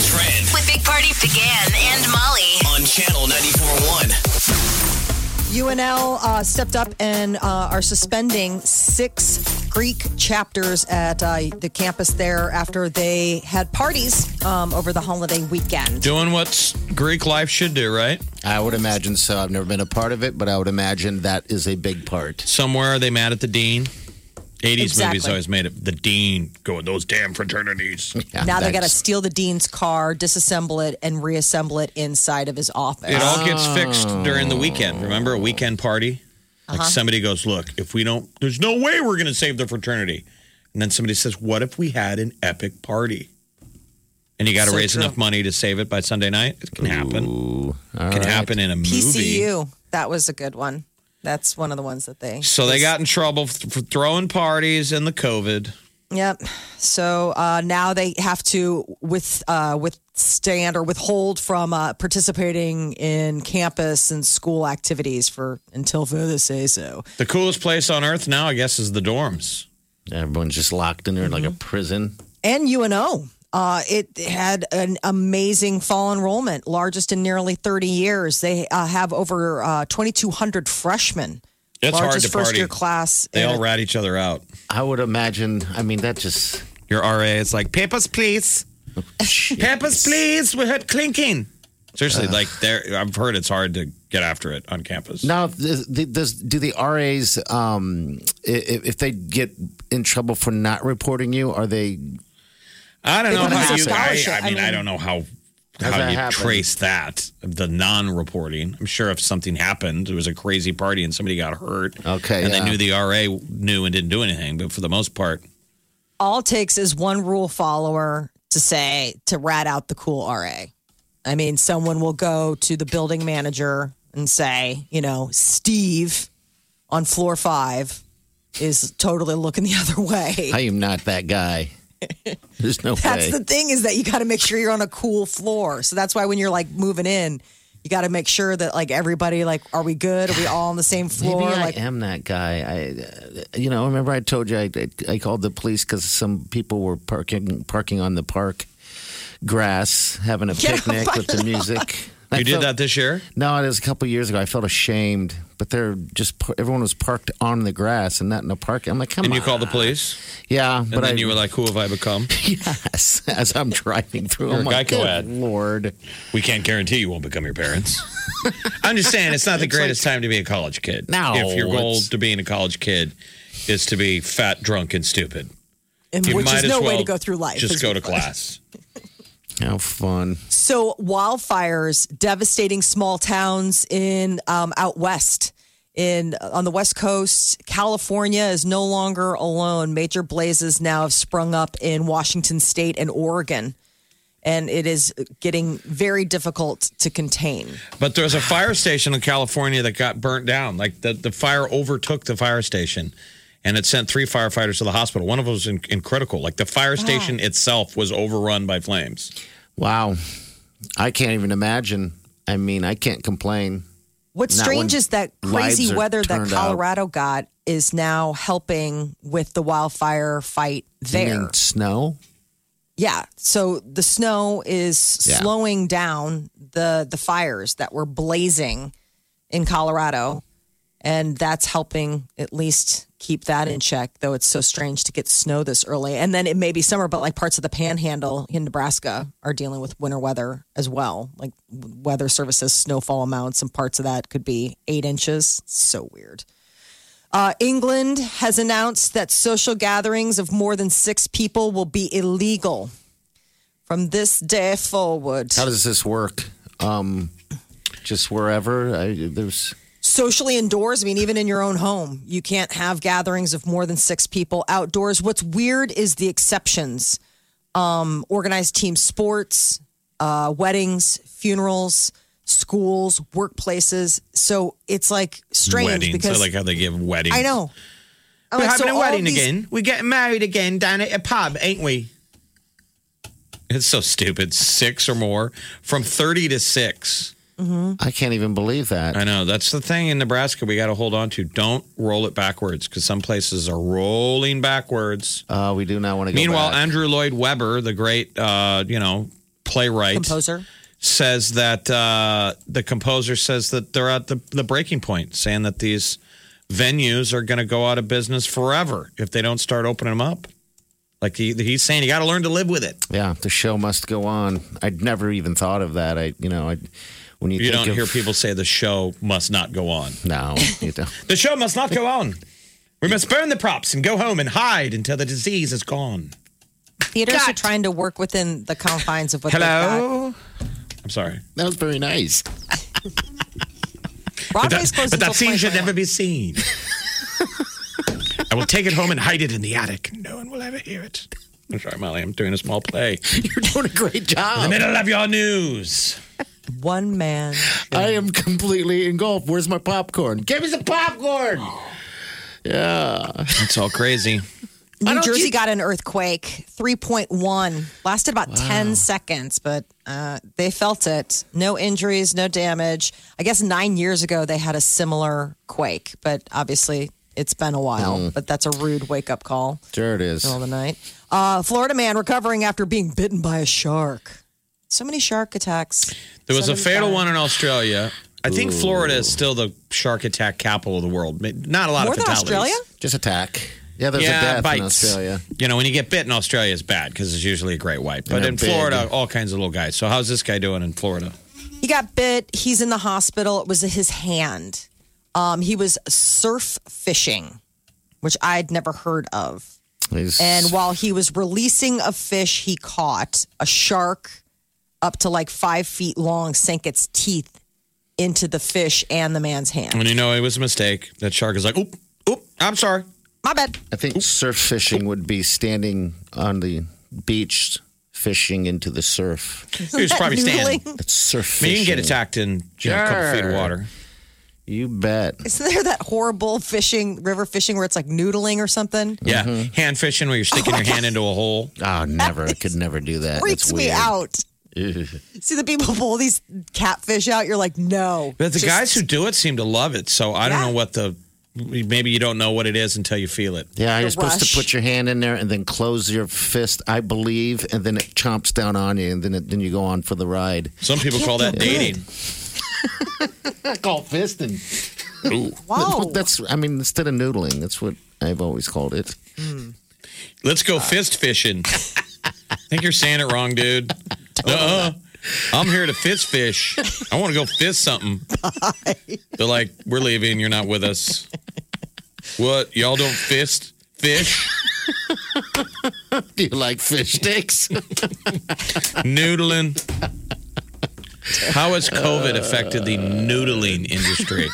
[SPEAKER 6] Trend
[SPEAKER 2] With Big Party began and Molly.
[SPEAKER 6] on Channel 94.1.
[SPEAKER 5] UNL uh, stepped up and uh, are suspending six Greek chapters at uh, the campus there after they had parties um, over the holiday weekend.
[SPEAKER 4] Doing what Greek life should do, right?
[SPEAKER 3] I would imagine so. I've never been a part of it, but I would imagine that is a big part.
[SPEAKER 4] Somewhere are they mad at the dean? 80s movies
[SPEAKER 5] Exactly.
[SPEAKER 4] always made it the dean going, those damn fraternities.
[SPEAKER 3] Yeah,
[SPEAKER 5] now they got to
[SPEAKER 3] that's-
[SPEAKER 5] steal the dean's car, disassemble it, and reassemble it inside of his office.
[SPEAKER 4] It all gets fixed during the weekend. Remember a weekend party? Like
[SPEAKER 5] Uh-huh.
[SPEAKER 4] somebody goes, Look, if we don't, there's no way we're going to save the fraternity. And then somebody says, What if we had an epic party? And you got to
[SPEAKER 5] So
[SPEAKER 4] raise
[SPEAKER 5] true.
[SPEAKER 4] enough money to save it by Sunday night. It can happen.
[SPEAKER 3] All
[SPEAKER 4] It can happen in a movie.
[SPEAKER 5] PCU, that was a good one. That's one of the ones that they.
[SPEAKER 4] So they got in trouble f- for throwing parties in the COVID.
[SPEAKER 5] Yep. So uh, now they have to with uh, withstand or withhold from uh, participating in campus and school activities for until further say so.
[SPEAKER 4] The coolest place on earth now, I guess, is the dorms.
[SPEAKER 3] Everyone's just locked in there like a prison.
[SPEAKER 5] And UNO. Uh, it had an amazing fall enrollment, largest in nearly 30 years. They uh, have over uh, 2,200 freshmen.
[SPEAKER 4] It's hard
[SPEAKER 5] largest
[SPEAKER 4] to party.
[SPEAKER 5] first year class.
[SPEAKER 4] They
[SPEAKER 5] in-
[SPEAKER 4] all rat each other out.
[SPEAKER 3] I would imagine. I mean, that just
[SPEAKER 7] Your RA is like, papers, please. Papers, please. We heard clinking.
[SPEAKER 4] Seriously, like there, I've heard it's hard to get after it on campus.
[SPEAKER 3] now. th- th- Does do the RAs um, i- i- if they get in trouble for not reporting you? Are they?
[SPEAKER 4] I don't
[SPEAKER 5] They
[SPEAKER 4] know
[SPEAKER 5] don't
[SPEAKER 4] how
[SPEAKER 5] have
[SPEAKER 4] you.
[SPEAKER 5] a
[SPEAKER 4] I,
[SPEAKER 5] scholarship.
[SPEAKER 4] I mean,
[SPEAKER 5] I
[SPEAKER 4] I don't know how
[SPEAKER 3] How's
[SPEAKER 4] how
[SPEAKER 3] that
[SPEAKER 4] you
[SPEAKER 3] happen?
[SPEAKER 4] trace that the non-reporting. I'm sure if something happened, it was a crazy party and somebody got hurt.
[SPEAKER 3] Okay,
[SPEAKER 4] and
[SPEAKER 3] yeah.
[SPEAKER 4] they knew the RA knew and didn't do anything. But for the most part,
[SPEAKER 5] all it takes is one rule follower to say to rat out the cool RA. I mean, someone will go to the building manager and say, you know, Steve on floor five is totally looking the other way.
[SPEAKER 3] I am not that guy. There's no
[SPEAKER 5] that's
[SPEAKER 3] way.
[SPEAKER 5] the thing is that you got to make sure you're on a cool floor. So that's why when you're like moving in, you got to make sure that like everybody like, are we good? Are we all on the same floor?
[SPEAKER 3] Maybe I
[SPEAKER 5] like,
[SPEAKER 3] am that guy. I, uh, you know, remember I told you I, I, I called the police because some people were parking parking on the park grass, having a picnic with the music. I
[SPEAKER 4] you did
[SPEAKER 3] felt-
[SPEAKER 4] that this year.
[SPEAKER 3] No, it was a couple years ago. I felt ashamed, but they're just par- everyone was parked on the grass and not in the park. I'm like, come
[SPEAKER 4] And
[SPEAKER 3] on,
[SPEAKER 4] you called the police,
[SPEAKER 3] yeah,
[SPEAKER 4] and
[SPEAKER 3] but
[SPEAKER 4] then
[SPEAKER 3] I,
[SPEAKER 4] you were like, "Who have I become?"
[SPEAKER 3] yes, as I'm driving through,
[SPEAKER 4] You're
[SPEAKER 3] I'm
[SPEAKER 4] a
[SPEAKER 3] like,
[SPEAKER 4] Geico
[SPEAKER 3] good
[SPEAKER 4] ad.
[SPEAKER 3] lord,
[SPEAKER 4] We can't guarantee you won't become your parents. I'm just saying it's not the greatest time to be a college kid.
[SPEAKER 3] No,
[SPEAKER 4] if your goal
[SPEAKER 3] it's-
[SPEAKER 4] to being a college kid is to be fat, drunk, and stupid,
[SPEAKER 5] and
[SPEAKER 4] you
[SPEAKER 5] which
[SPEAKER 4] might
[SPEAKER 5] is
[SPEAKER 4] as
[SPEAKER 5] no way
[SPEAKER 4] well
[SPEAKER 5] to go through life.
[SPEAKER 4] Just
[SPEAKER 5] is
[SPEAKER 4] go to class.
[SPEAKER 3] how fun.
[SPEAKER 5] So wildfires devastating small towns in um, out west. in on the West Coast. California is no longer alone. Major blazes now have sprung up in Washington State and Oregon, and it is getting very difficult to contain.
[SPEAKER 4] But there's a fire station in California that got burnt down. Like the, the fire overtook the fire station and it sent three firefighters to the hospital. One of them was in, in critical. Like the fire station itself was overrun by flames.
[SPEAKER 3] Wow. I can't even imagine. I mean, I can't complain.
[SPEAKER 5] What's
[SPEAKER 3] Not
[SPEAKER 5] strange
[SPEAKER 3] when
[SPEAKER 5] is that
[SPEAKER 3] lives
[SPEAKER 5] crazy
[SPEAKER 3] are
[SPEAKER 5] weather that
[SPEAKER 3] turned out.
[SPEAKER 5] Colorado got is now helping with the wildfire fight
[SPEAKER 3] You
[SPEAKER 5] there.
[SPEAKER 3] mean Snow?
[SPEAKER 5] Yeah. So the snow is
[SPEAKER 3] Yeah.
[SPEAKER 5] slowing down the the fires that were blazing in Colorado, and that's helping at least keep that in check. Though it's so strange to get snow this early, and then it may be summer, but like parts of the Panhandle in Nebraska are dealing with winter weather as well. Like weather services snowfall amounts, and parts of that could be eight inches. So weird. Uh, England has announced that social gatherings of more than six people will be illegal from this day forward.
[SPEAKER 3] How does this work? Um, just wherever I, there's.
[SPEAKER 5] Socially indoors, I mean, even in your own home, you can't have gatherings of more than six people outdoors. What's weird is the exceptions um, organized team sports, uh, weddings, funerals, schools, workplaces. So it's like strange
[SPEAKER 4] weddings. I
[SPEAKER 5] because
[SPEAKER 4] like how they give weddings.
[SPEAKER 5] I know. I'm
[SPEAKER 7] We're
[SPEAKER 5] like,
[SPEAKER 7] having
[SPEAKER 5] so
[SPEAKER 7] a
[SPEAKER 5] all of
[SPEAKER 7] wedding
[SPEAKER 5] these-
[SPEAKER 7] again. We're getting married again down at a pub, ain't we?
[SPEAKER 4] It's so stupid. Six or more, from 30 to six.
[SPEAKER 3] I can't even believe that.
[SPEAKER 4] I know. That's the thing in Nebraska we got to hold on to. Don't roll it backwards because some places are rolling backwards.
[SPEAKER 3] Uh, we do not want to go.
[SPEAKER 4] Meanwhile,
[SPEAKER 3] back.
[SPEAKER 4] Andrew Lloyd Webber, the great, uh, you know, playwright,
[SPEAKER 5] Composer.
[SPEAKER 4] says that uh, the composer says that they're at the, the breaking point, saying that these venues are going to go out of business forever if they don't start opening them up. Like he, he's saying, you got to learn to live with it.
[SPEAKER 3] yeah, the show must go on. I'd never even thought of that. I, you know, I when you,
[SPEAKER 4] You
[SPEAKER 3] think
[SPEAKER 4] don't
[SPEAKER 3] of,
[SPEAKER 4] hear people say the show must not go on.
[SPEAKER 3] No, you don't.
[SPEAKER 4] The show must not go on. We must burn the props and go home and hide until the disease is gone.
[SPEAKER 5] Theaters are trying to work within the confines of what they've got.
[SPEAKER 7] Hello?
[SPEAKER 4] I'm sorry.
[SPEAKER 3] that was very nice.
[SPEAKER 5] Broadway's closed
[SPEAKER 4] but that
[SPEAKER 5] until
[SPEAKER 4] scene should
[SPEAKER 5] 2021.
[SPEAKER 4] never be seen. I will take it home and hide it in the attic. No one will ever hear it. I'm sorry, Molly. I'm doing a small play.
[SPEAKER 3] You're doing a great
[SPEAKER 4] In
[SPEAKER 3] job.
[SPEAKER 4] the middle of your news.
[SPEAKER 5] One man.
[SPEAKER 3] I am completely engulfed. Where's my popcorn? Give me some popcorn. Yeah.
[SPEAKER 4] It's all crazy.
[SPEAKER 3] I
[SPEAKER 5] New
[SPEAKER 3] don't
[SPEAKER 5] Jersey
[SPEAKER 3] keep-
[SPEAKER 5] got an earthquake, 3.1. Lasted about 10 seconds, but uh, they felt it. No injuries, no damage. I guess nine years ago, they had a similar quake, but obviously it's been a while.
[SPEAKER 4] Mm.
[SPEAKER 5] But that's a rude wake up call.
[SPEAKER 3] There it is.
[SPEAKER 5] middle of the night. Uh, Florida man recovering after being bitten by a shark. So many shark attacks.
[SPEAKER 4] There was
[SPEAKER 5] So
[SPEAKER 4] a
[SPEAKER 5] many
[SPEAKER 4] fatal
[SPEAKER 5] sharks.
[SPEAKER 4] one in Australia. I think Florida is still the shark attack capital of the world. Ma- Not a lot
[SPEAKER 5] More
[SPEAKER 4] of
[SPEAKER 5] than
[SPEAKER 4] fatalities.
[SPEAKER 5] Australia?
[SPEAKER 3] Just attack. Yeah, there's
[SPEAKER 4] yeah,
[SPEAKER 3] a death
[SPEAKER 4] bites.
[SPEAKER 3] in Australia.
[SPEAKER 4] You know, when you get bit in Australia, it's bad because it's usually a great white. But
[SPEAKER 3] they're
[SPEAKER 4] in
[SPEAKER 3] big.
[SPEAKER 4] Florida, all kinds of little guys. So how's this guy doing in Florida?
[SPEAKER 5] He got bit. He's in the hospital. It was his hand. Um, he was surf fishing, which I'd never heard of.
[SPEAKER 3] He's-
[SPEAKER 5] And while he was releasing a fish, he caught a shark up to like five feet long, sank its teeth into the fish and the man's hand.
[SPEAKER 4] And you know, it was a mistake. That shark is like, oop, oop, I'm sorry.
[SPEAKER 5] My bad.
[SPEAKER 3] I think surf fishing would be standing on the beach fishing into the surf.
[SPEAKER 4] He was probably standing.
[SPEAKER 5] Noodling.
[SPEAKER 3] That's surf
[SPEAKER 4] I
[SPEAKER 3] fishing.
[SPEAKER 4] mean, you can get attacked in you know, a couple feet of
[SPEAKER 3] Sure.
[SPEAKER 4] water.
[SPEAKER 3] You bet.
[SPEAKER 5] Isn't there that horrible fishing, river fishing, where it's like noodling or something?
[SPEAKER 4] Yeah, hand fishing where you're sticking your hand into a hole.
[SPEAKER 3] Oh, never. I could never do that.
[SPEAKER 5] Freaks
[SPEAKER 3] That's
[SPEAKER 5] me
[SPEAKER 3] weird.
[SPEAKER 5] out. See the people pull these catfish out. You're like, no.
[SPEAKER 4] But the
[SPEAKER 5] Just-
[SPEAKER 4] guys who do it seem to love it. So I don't
[SPEAKER 5] Yeah.
[SPEAKER 4] know what the maybe you don't know what it is until you feel it.
[SPEAKER 3] Yeah, you're
[SPEAKER 5] The
[SPEAKER 3] supposed
[SPEAKER 5] rush.
[SPEAKER 3] to put your hand in there and then close your fist, I believe, and then it chomps down on you, and then it, then you go on for the ride.
[SPEAKER 4] Some people call that
[SPEAKER 5] can't feel
[SPEAKER 4] dating.
[SPEAKER 3] I call fisting.
[SPEAKER 5] Wow.
[SPEAKER 3] That's, I mean, instead of noodling, that's what I've always called it.
[SPEAKER 4] Let's go fist fishing. I think you're saying it wrong, dude. Uh-uh. I'm here to fist fish. I want to go fist something. They're like, we're leaving. You're not with us. What? Y'all don't fist fish?
[SPEAKER 3] Do you like fish sticks?
[SPEAKER 4] Noodling. How has COVID affected the noodling industry?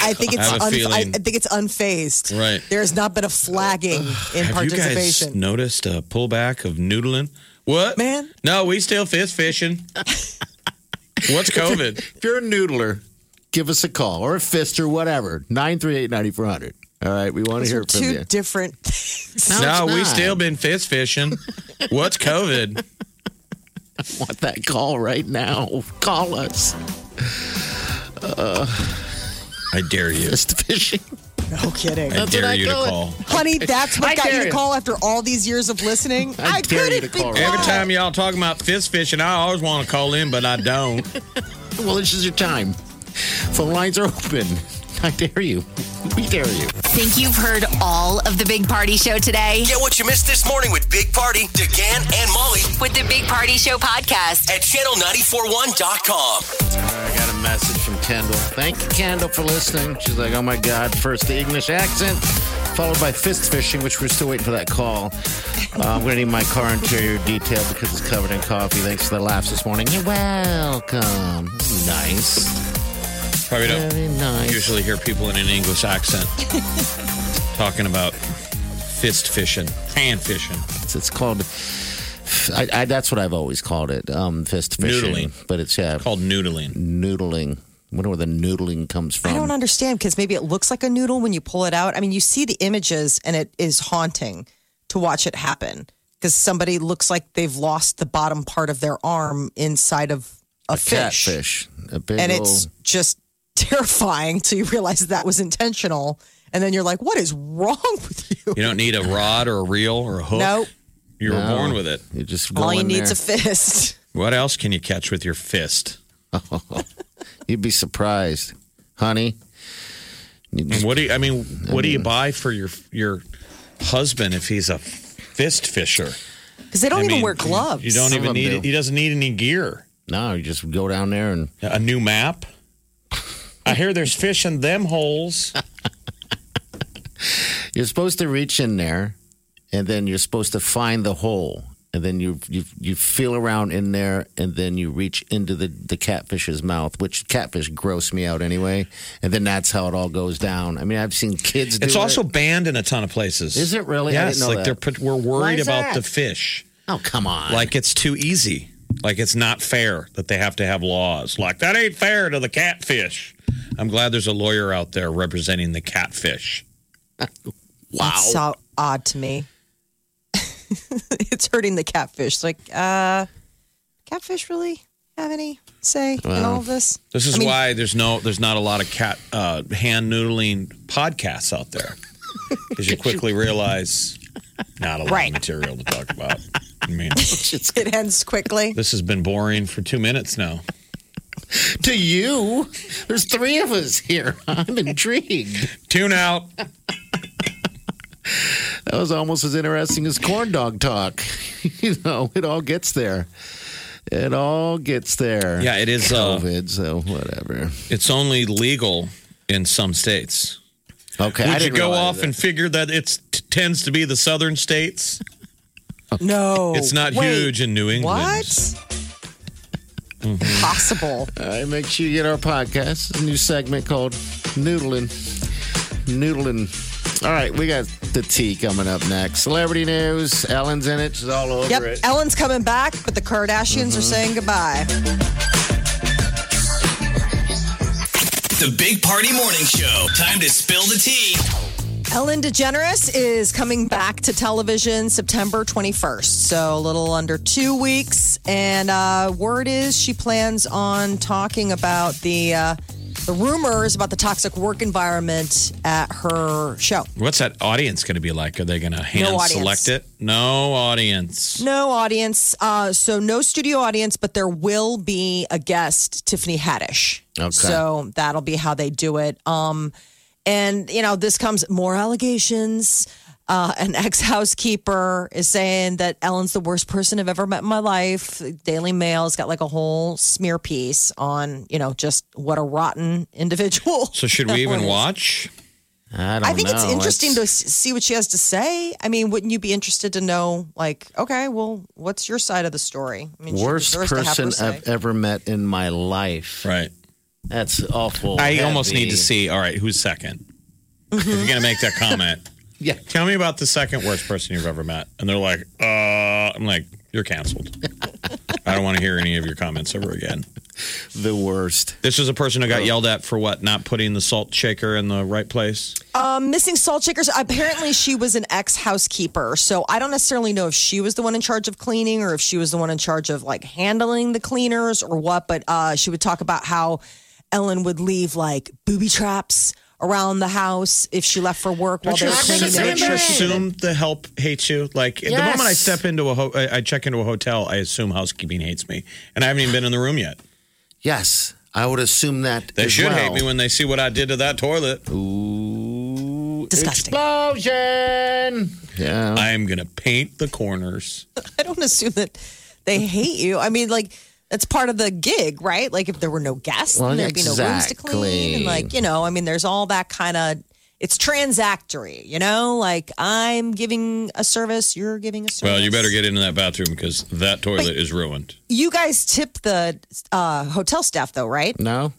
[SPEAKER 5] I think it's
[SPEAKER 4] I have a
[SPEAKER 5] un- I, I
[SPEAKER 4] feeling.
[SPEAKER 5] think it's unfazed.
[SPEAKER 4] Right.
[SPEAKER 5] There has not been a flagging in
[SPEAKER 4] Have you guys
[SPEAKER 5] participation.
[SPEAKER 4] noticed a pullback of noodling? What?
[SPEAKER 5] Man.
[SPEAKER 4] No, we still fish fishing. What's COVID?
[SPEAKER 3] If you're a noodler, give us a call or a fist or whatever. 938 9400. All right, we want to
[SPEAKER 5] Those
[SPEAKER 3] hear
[SPEAKER 5] are
[SPEAKER 3] it from you.
[SPEAKER 5] two different things.
[SPEAKER 4] No,
[SPEAKER 3] it's
[SPEAKER 4] we
[SPEAKER 3] not.
[SPEAKER 4] still been fist fishing. What's COVID?
[SPEAKER 3] want that call right now. Call us.
[SPEAKER 4] I dare you.
[SPEAKER 3] Fist fishing.
[SPEAKER 5] No kidding.
[SPEAKER 4] I dare
[SPEAKER 3] what I
[SPEAKER 4] you to
[SPEAKER 3] call it.
[SPEAKER 4] call.
[SPEAKER 5] Honey, that's what
[SPEAKER 3] I
[SPEAKER 5] got
[SPEAKER 3] dare
[SPEAKER 5] you
[SPEAKER 3] you.
[SPEAKER 5] to call after all these years of listening.
[SPEAKER 3] I
[SPEAKER 5] I,
[SPEAKER 3] dare you
[SPEAKER 5] couldn't
[SPEAKER 3] to
[SPEAKER 5] be
[SPEAKER 3] call
[SPEAKER 5] quiet.
[SPEAKER 3] right
[SPEAKER 4] Every time y'all talking about fist fishing, I always want to call in, but I don't.
[SPEAKER 3] Well, this is your time. Phone lines are open. I dare you. We dare you.
[SPEAKER 2] Think you've heard all of the Big Party Show today?
[SPEAKER 6] Get what you missed this morning with Big Party, DeGan, and Molly
[SPEAKER 2] With the Big Party Show podcast.
[SPEAKER 6] at channel941.com.
[SPEAKER 3] I got a message from Kendall. Thank you, Kendall, for listening. She's like, oh my God, first the English accent, followed by fist fishing, which we're still waiting for that call. Uh, I'm going to need my car interior detail because it's covered in coffee. Thanks for the laughs this morning. You're welcome. Nice.
[SPEAKER 4] Probably don't
[SPEAKER 3] Very nice.
[SPEAKER 4] usually hear people in an English accent talking about fist fishing, hand fishing.
[SPEAKER 3] It's, it's called. I, I, that's what I've always called it, um, fist fishing.
[SPEAKER 4] Noodling.
[SPEAKER 3] But it's yeah,
[SPEAKER 4] Called noodling.
[SPEAKER 3] noodling. I wonder where the noodling comes from.
[SPEAKER 5] I don't understand because maybe it looks like a noodle when you pull it out. I mean, you see the images and it is haunting to watch it happen because somebody looks like they've lost the bottom part of their arm inside of a, fish.
[SPEAKER 3] Catfish. A big
[SPEAKER 5] And
[SPEAKER 3] ol'
[SPEAKER 5] it's just terrifying till you realize that was intentional. And then you're like, what is wrong with you?
[SPEAKER 4] You don't need a rod or a reel or a hook.
[SPEAKER 5] Nope.
[SPEAKER 4] You were born with it.
[SPEAKER 3] You just go
[SPEAKER 5] All you
[SPEAKER 3] in
[SPEAKER 5] need's
[SPEAKER 3] there.
[SPEAKER 5] a fist.
[SPEAKER 4] What else can you catch with your fist?
[SPEAKER 3] You'd be surprised, honey. You
[SPEAKER 4] And
[SPEAKER 3] just-
[SPEAKER 4] what do you, I mean? What
[SPEAKER 3] Mm.
[SPEAKER 4] do you buy for your your husband if he's a fist fisher?
[SPEAKER 5] Because they don't
[SPEAKER 4] I
[SPEAKER 5] even
[SPEAKER 4] mean,
[SPEAKER 5] wear gloves.
[SPEAKER 4] You don't
[SPEAKER 3] Some
[SPEAKER 4] even
[SPEAKER 3] of them
[SPEAKER 4] need.
[SPEAKER 3] do.
[SPEAKER 4] it. He doesn't need any gear.
[SPEAKER 3] no, you just go down there and
[SPEAKER 4] A new map. I hear there's fish in them holes.
[SPEAKER 3] you're supposed to reach in there, and then you're supposed to find the hole, and then you you you feel around in there, and then you reach into the the catfish's mouth, which catfish gross me out anyway, and then that's how it all goes down. I mean, I've seen kids. Do
[SPEAKER 4] It's also
[SPEAKER 3] it.
[SPEAKER 4] banned in a ton of places.
[SPEAKER 3] Is it really? I
[SPEAKER 4] Yes.
[SPEAKER 3] didn't know
[SPEAKER 4] like
[SPEAKER 3] that.
[SPEAKER 4] they're put, we're worried
[SPEAKER 3] Why is that?
[SPEAKER 4] about the fish.
[SPEAKER 3] oh come on,
[SPEAKER 4] Like it's too easy. Like it's not fair that they have to have laws. Like that ain't fair to the catfish. I'm glad there's a lawyer out there representing the catfish.
[SPEAKER 3] wow.
[SPEAKER 5] That's so odd to me. it's hurting the catfish. Like, uh, catfish really have any say in all of this?
[SPEAKER 4] This is
[SPEAKER 5] I mean-
[SPEAKER 4] why there's no there's not a lot of cat uh, hand noodling podcasts out there because you quickly realize not a lot
[SPEAKER 5] Right.
[SPEAKER 4] of material to talk about. I mean,
[SPEAKER 5] It ends quickly.
[SPEAKER 4] this has been boring for two minutes now.
[SPEAKER 3] to you, there's three of us here. I'm intrigued.
[SPEAKER 4] Tune out.
[SPEAKER 3] That was almost as interesting as corn dog talk. you know, it all gets there. It all gets there.
[SPEAKER 4] Yeah, it is. Uh,
[SPEAKER 3] COVID, so whatever.
[SPEAKER 4] it's only legal in some states.
[SPEAKER 3] Okay, I
[SPEAKER 4] Would you
[SPEAKER 3] didn't
[SPEAKER 4] go
[SPEAKER 3] realize
[SPEAKER 4] off
[SPEAKER 3] that.
[SPEAKER 4] and figure that it tends to be the southern states?
[SPEAKER 3] Oh,
[SPEAKER 5] No.
[SPEAKER 4] It's not
[SPEAKER 5] Wait,
[SPEAKER 4] huge in New England.
[SPEAKER 5] What? Possible.
[SPEAKER 3] All right, make sure you get our podcast. It's a new segment called Noodling. Noodling. All right, we got the tea coming up next. Celebrity news. Ellen's in it. She's all over
[SPEAKER 5] Yep.
[SPEAKER 3] it. Mm-hmm.
[SPEAKER 5] Ellen's coming back, but the Kardashians are saying goodbye.
[SPEAKER 6] The Big Party Morning Show. Time to spill the tea.
[SPEAKER 5] Ellen DeGeneres is coming back to television September 21st, so a little under two weeks. And uh, word is she plans on talking about the uh, the rumors about the toxic work environment at her show.
[SPEAKER 4] What's that audience going to be like? Are they going to hand
[SPEAKER 5] audience.
[SPEAKER 4] select it? No audience.
[SPEAKER 5] No audience, uh, so no studio audience, but there will be a guest, Tiffany Haddish.
[SPEAKER 3] Okay.
[SPEAKER 5] So that'll be how they do it. Um, and you know, this comes more allegations. Uh, an ex housekeeper is saying that Ellen's the worst person I've ever met in my life. Daily Mail's got like a whole smear piece on you know just what a rotten individual.
[SPEAKER 4] So should we even
[SPEAKER 5] Ellen is.
[SPEAKER 4] watch?
[SPEAKER 3] I don't
[SPEAKER 5] I think it's
[SPEAKER 3] know.
[SPEAKER 5] interesting to s- see what she has to say. I mean, wouldn't you be interested to know, like, okay, well, what's your side of the story? I mean, she
[SPEAKER 3] worst
[SPEAKER 5] deserves to have her
[SPEAKER 3] person eh.
[SPEAKER 5] say.
[SPEAKER 3] I've ever met in my life.
[SPEAKER 4] Right.
[SPEAKER 3] That's awful.
[SPEAKER 4] I almost
[SPEAKER 3] heavy. Mm-hmm.
[SPEAKER 4] need to see. All right, who's 2nd If you're gonna make that comment,
[SPEAKER 3] Yeah.
[SPEAKER 4] tell me about the second worst person you've ever met. And they're like, uh, I'm like, you're canceled. I don't want to hear any of your comments ever again.
[SPEAKER 3] the worst.
[SPEAKER 4] This is a person who got yelled at for what? Not putting the salt shaker in the right place.
[SPEAKER 5] Um, missing salt shakers. Apparently, she was an ex housekeeper, so I don't necessarily know if she was the one in charge of cleaning or if she was the one in charge of like handling the cleaners or what. But uh, she would talk about how Ellen would leave like booby traps around the house if she left for work while they were
[SPEAKER 4] Don't
[SPEAKER 5] cleaning. to make
[SPEAKER 4] you
[SPEAKER 5] sure she didn't-
[SPEAKER 4] assume the help hates you? Like the
[SPEAKER 3] Yes.
[SPEAKER 4] moment I step into a, ho- I I check into a hotel, I assume housekeeping hates me, and I haven't even been in the room yet.
[SPEAKER 3] Yes, I would assume that
[SPEAKER 4] They
[SPEAKER 3] as
[SPEAKER 4] should
[SPEAKER 3] well.
[SPEAKER 4] hate me when they see what I did to that toilet.
[SPEAKER 3] Ooh,
[SPEAKER 5] Disgusting.
[SPEAKER 3] Explosion. Yeah.
[SPEAKER 4] I am gonna paint the corners.
[SPEAKER 5] I don't assume that they hate you. I mean, like that's part of the gig, right? Like if there were no guests,
[SPEAKER 3] Well,
[SPEAKER 5] then there'd be no rooms to clean, and
[SPEAKER 3] exactly.
[SPEAKER 5] like you know, I mean, there's all that kind of. It's transactory, you know. Like I'm giving a service, you're giving a service.
[SPEAKER 4] Well, you better get into that bathroom because that toilet is ruined.
[SPEAKER 5] You guys tip the uh, hotel staff, though, right?
[SPEAKER 3] No.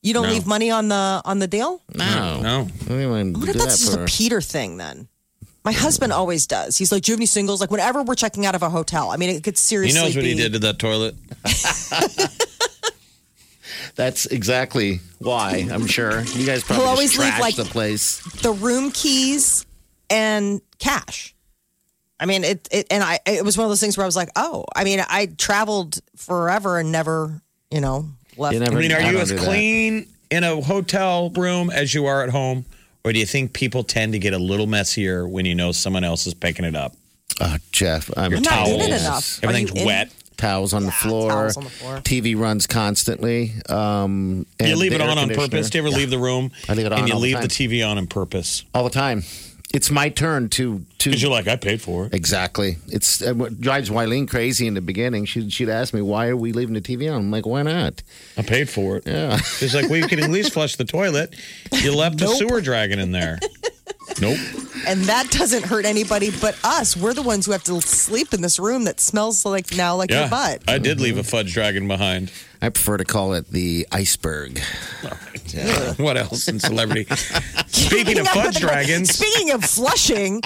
[SPEAKER 5] You don't
[SPEAKER 4] No.
[SPEAKER 5] leave money on the on the deal.
[SPEAKER 3] No.
[SPEAKER 4] No,
[SPEAKER 3] Anyone
[SPEAKER 5] I
[SPEAKER 3] do
[SPEAKER 5] wonder if
[SPEAKER 3] that
[SPEAKER 5] that's just
[SPEAKER 3] for-
[SPEAKER 5] a Peter thing then. My husband always does. He's like, "Do you have any singles?" Like whenever we're checking out of a hotel, I mean, it could
[SPEAKER 4] he
[SPEAKER 5] seriously.
[SPEAKER 4] knows what he
[SPEAKER 5] be-
[SPEAKER 4] did to that toilet.
[SPEAKER 3] That's exactly why I'm sure you guys probably just
[SPEAKER 5] He'll always leave,
[SPEAKER 3] trash
[SPEAKER 5] like-
[SPEAKER 3] the place.
[SPEAKER 5] the room keys and cash. I mean, it, it and I it was one of those things where I was like, oh, I mean, I traveled forever and never, you know, left.
[SPEAKER 3] You
[SPEAKER 4] I
[SPEAKER 3] never-
[SPEAKER 4] mean, are you
[SPEAKER 3] don't
[SPEAKER 4] as
[SPEAKER 3] do that.
[SPEAKER 4] clean in a hotel room as you are at home, or do you think people tend to get a little messier when you know someone else is picking it up?
[SPEAKER 3] Oh, Jeff, I'm
[SPEAKER 4] Your
[SPEAKER 5] I'm not in
[SPEAKER 4] towels.
[SPEAKER 5] it enough. Are
[SPEAKER 4] Everything's
[SPEAKER 5] you in-
[SPEAKER 4] wet.
[SPEAKER 3] Towels on the floor.
[SPEAKER 5] towels on the floor.
[SPEAKER 3] TV runs constantly. Um, and
[SPEAKER 4] you leave
[SPEAKER 3] the
[SPEAKER 4] it
[SPEAKER 3] air
[SPEAKER 4] on on
[SPEAKER 3] conditioner-
[SPEAKER 4] purpose? Do you ever leave the room
[SPEAKER 3] I leave it on
[SPEAKER 4] and you
[SPEAKER 3] all the
[SPEAKER 4] leave
[SPEAKER 3] time.
[SPEAKER 4] the TV on on purpose?
[SPEAKER 3] all the time. It's my turn to to
[SPEAKER 4] Because you're like, I paid for it.
[SPEAKER 3] Exactly. It's uh, what drives Wileen crazy in the beginning. She, she'd ask me, why are we leaving the TV on? I'm like, why not?
[SPEAKER 4] I paid for it. Yeah. She's like, well, you could at least flush the toilet. You left the sewer dragon in there. nope.
[SPEAKER 5] and that doesn't hurt anybody but us. We're the ones who have to sleep in this room that smells like now like your
[SPEAKER 4] Yeah.
[SPEAKER 5] butt.
[SPEAKER 4] I did leave a fudge dragon behind.
[SPEAKER 3] I prefer to call it the iceberg.
[SPEAKER 4] What else in celebrity? Speaking of
[SPEAKER 5] Keeping Up with
[SPEAKER 4] fudge
[SPEAKER 5] the-
[SPEAKER 4] dragons,
[SPEAKER 5] Speaking of flushing,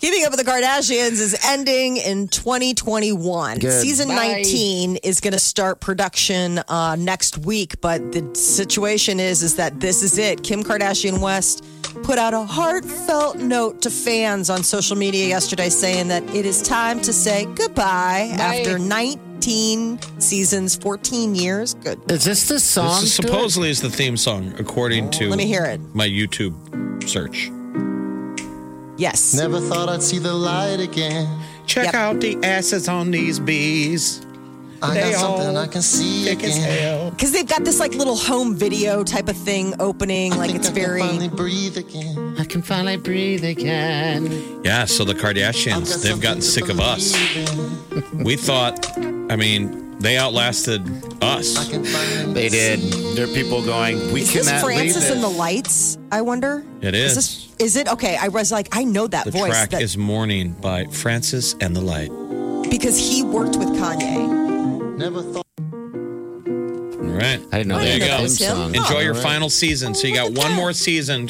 [SPEAKER 5] Keeping Up with the Kardashians is ending in 2021. Season 19 is going to start production uh, next week, but the situation is is that this is it. Kim Kardashian West put out a heartfelt note to fans on social media yesterday saying that it is time to say goodbye after 19 seasons, 14 years. Good.
[SPEAKER 3] Is this the song?
[SPEAKER 4] this is
[SPEAKER 3] to it?
[SPEAKER 4] supposedly is the theme song, according to
[SPEAKER 5] Let me hear it.
[SPEAKER 4] my YouTube search.
[SPEAKER 5] Yes.
[SPEAKER 9] Never thought I'd see the light again.
[SPEAKER 4] Check
[SPEAKER 5] Yep.
[SPEAKER 4] out the asses on these bees.
[SPEAKER 9] I
[SPEAKER 4] They
[SPEAKER 9] got something
[SPEAKER 4] all
[SPEAKER 9] I can see
[SPEAKER 4] Thick as
[SPEAKER 9] again.
[SPEAKER 4] hell.
[SPEAKER 5] Because they've got this like little home video type of thing opening, like
[SPEAKER 9] Think
[SPEAKER 5] it's
[SPEAKER 9] I can
[SPEAKER 5] very.
[SPEAKER 9] finally breathe again.
[SPEAKER 3] I can finally breathe again.
[SPEAKER 4] Yeah, so the Kardashians, they've gotten sick of us. We thought, I mean, they outlasted us.
[SPEAKER 3] They did. There are people going, we
[SPEAKER 5] Is this
[SPEAKER 3] cannot leave
[SPEAKER 5] Francis
[SPEAKER 3] this.
[SPEAKER 5] and the Lights? I wonder.
[SPEAKER 4] It
[SPEAKER 5] Is this? Is it okay? I was like, I know that
[SPEAKER 4] The
[SPEAKER 5] voice
[SPEAKER 4] track
[SPEAKER 5] that-
[SPEAKER 4] is "Morning" by Francis and the Light. All
[SPEAKER 5] because he worked with Kanye.
[SPEAKER 9] Never thought
[SPEAKER 4] right.
[SPEAKER 3] I didn't know
[SPEAKER 5] I
[SPEAKER 3] they had
[SPEAKER 5] didn't
[SPEAKER 3] a
[SPEAKER 5] know that
[SPEAKER 3] theme
[SPEAKER 5] was him.
[SPEAKER 3] song. Oh,
[SPEAKER 4] Enjoy your
[SPEAKER 3] All right.
[SPEAKER 4] final season. So you got one more season.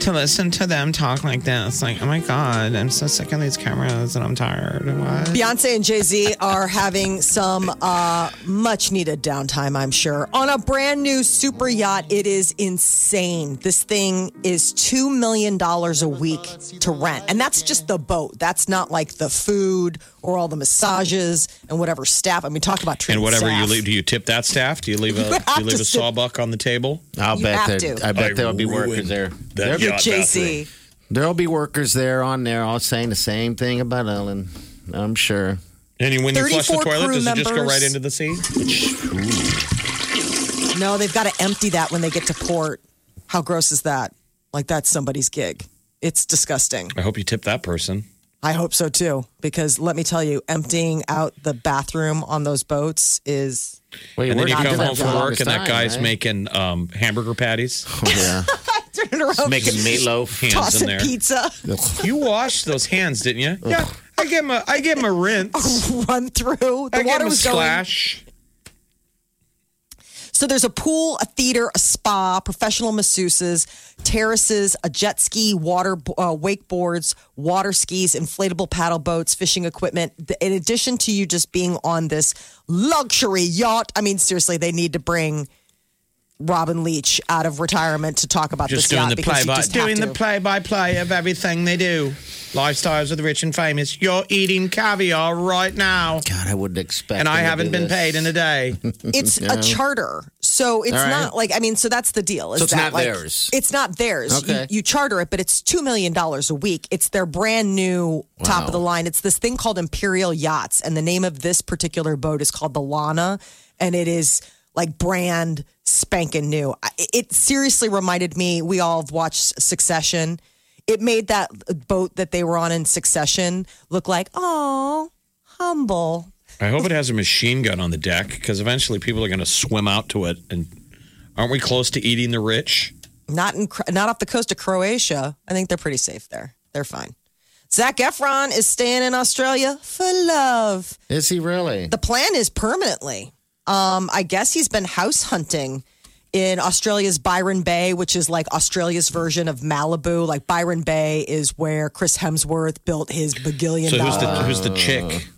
[SPEAKER 7] To listen to them talk like this, like, oh my God, I'm so sick of these cameras and I'm tired. What?
[SPEAKER 5] Beyonce and Jay Z are having some uh, much needed downtime, I'm sure, on a brand new super yacht. It is insane. This thing is $2 million a week to rent. And that's just the boat. That's not like the food or all the massages and whatever staff. I mean, talk about treating
[SPEAKER 4] And whatever you
[SPEAKER 5] staff.
[SPEAKER 4] leave, do you tip that staff? Do you leave a
[SPEAKER 5] have
[SPEAKER 4] do you leave
[SPEAKER 5] to
[SPEAKER 4] a
[SPEAKER 5] sit-
[SPEAKER 4] sawbuck on the table?
[SPEAKER 3] I'll
[SPEAKER 5] You
[SPEAKER 3] bet that
[SPEAKER 5] have to.
[SPEAKER 3] I bet
[SPEAKER 4] I
[SPEAKER 3] there'll be workers
[SPEAKER 4] ruined
[SPEAKER 3] there.
[SPEAKER 4] that
[SPEAKER 3] There'll be,
[SPEAKER 4] yacht.
[SPEAKER 5] Jay Z.
[SPEAKER 3] there'll be workers there on there all saying the same thing about Ellen. I'm sure.
[SPEAKER 4] And when you flush the
[SPEAKER 5] 34
[SPEAKER 4] toilet,
[SPEAKER 5] crew
[SPEAKER 4] does it just go
[SPEAKER 5] members.
[SPEAKER 4] right into the sea?
[SPEAKER 5] No, they've got to empty that when they get to port. How gross is that? Like that's somebody's gig. It's disgusting.
[SPEAKER 4] I hope you tip that person.
[SPEAKER 5] I hope so too, because let me tell you, emptying out the bathroom on those boats is.
[SPEAKER 3] Wait,
[SPEAKER 4] And then
[SPEAKER 3] we're
[SPEAKER 4] you
[SPEAKER 3] not
[SPEAKER 4] come
[SPEAKER 3] doing
[SPEAKER 4] home
[SPEAKER 3] for
[SPEAKER 4] from
[SPEAKER 3] the
[SPEAKER 4] work, and
[SPEAKER 3] longest
[SPEAKER 4] that
[SPEAKER 3] time,
[SPEAKER 4] guy's
[SPEAKER 3] right?
[SPEAKER 4] making um, hamburger patties.
[SPEAKER 3] Yeah.
[SPEAKER 5] I Turn it around.
[SPEAKER 4] Just making meatloaf, hands in
[SPEAKER 5] tossing
[SPEAKER 4] there.
[SPEAKER 5] pizza.
[SPEAKER 4] You washed those hands, didn't you? Yeah. I gave him a, I gave him a rinse.
[SPEAKER 5] Run through. Oh, The
[SPEAKER 4] I gave
[SPEAKER 5] water
[SPEAKER 4] him a
[SPEAKER 5] was going.
[SPEAKER 4] splash.
[SPEAKER 5] So there's a pool, a theater, a spa, professional masseuses, terraces, a jet ski, water uh, wakeboards, water skis, inflatable paddle boats, fishing equipment. Th- In addition to you just being on this luxury yacht, I mean, seriously, they need to bring Robin Leach out of retirement to talk about
[SPEAKER 4] Just
[SPEAKER 5] this yacht
[SPEAKER 4] doing the
[SPEAKER 5] because
[SPEAKER 4] play
[SPEAKER 5] you
[SPEAKER 4] by
[SPEAKER 5] just have
[SPEAKER 4] doing
[SPEAKER 5] to.
[SPEAKER 4] the play by play of everything they do. Lifestyles of the rich and famous. You're eating caviar right now,
[SPEAKER 3] God, I wouldn't expect.
[SPEAKER 4] and I
[SPEAKER 3] them to
[SPEAKER 4] haven't
[SPEAKER 3] do
[SPEAKER 4] been
[SPEAKER 3] this.
[SPEAKER 4] paid in a day.
[SPEAKER 5] It's
[SPEAKER 3] Yeah.
[SPEAKER 5] a charter. So it's
[SPEAKER 3] All right.
[SPEAKER 5] not like I mean, so that's the deal. Is
[SPEAKER 3] So it's
[SPEAKER 5] that
[SPEAKER 3] not
[SPEAKER 5] like,
[SPEAKER 3] theirs.
[SPEAKER 5] It's not theirs.
[SPEAKER 3] Okay.
[SPEAKER 5] You, you charter it, but it's two million dollars a week. It's their brand new top of the line. It's this thing called Imperial Yachts, and the name of this particular boat is called the Lana, and it is like brand spanking new. I- It seriously reminded me. We all have watched Succession. It made that boat that they were on in Succession look like oh humble.
[SPEAKER 4] I hope it has a machine gun on the deck because eventually people are going to swim out to it. And aren't we close to eating the rich?
[SPEAKER 5] not in Cro- not off the coast of Croatia. I think they're pretty safe there. They're fine. Zach Efron is staying in Australia for love.
[SPEAKER 3] Is he really?
[SPEAKER 5] The plan is permanently. Um, I guess he's been house hunting in Australia's Byron Bay, which is like Australia's version of Malibu. Like Byron Bay is where Chris Hemsworth built his bagillion
[SPEAKER 4] So
[SPEAKER 5] dollar.
[SPEAKER 4] who's the who's the chick?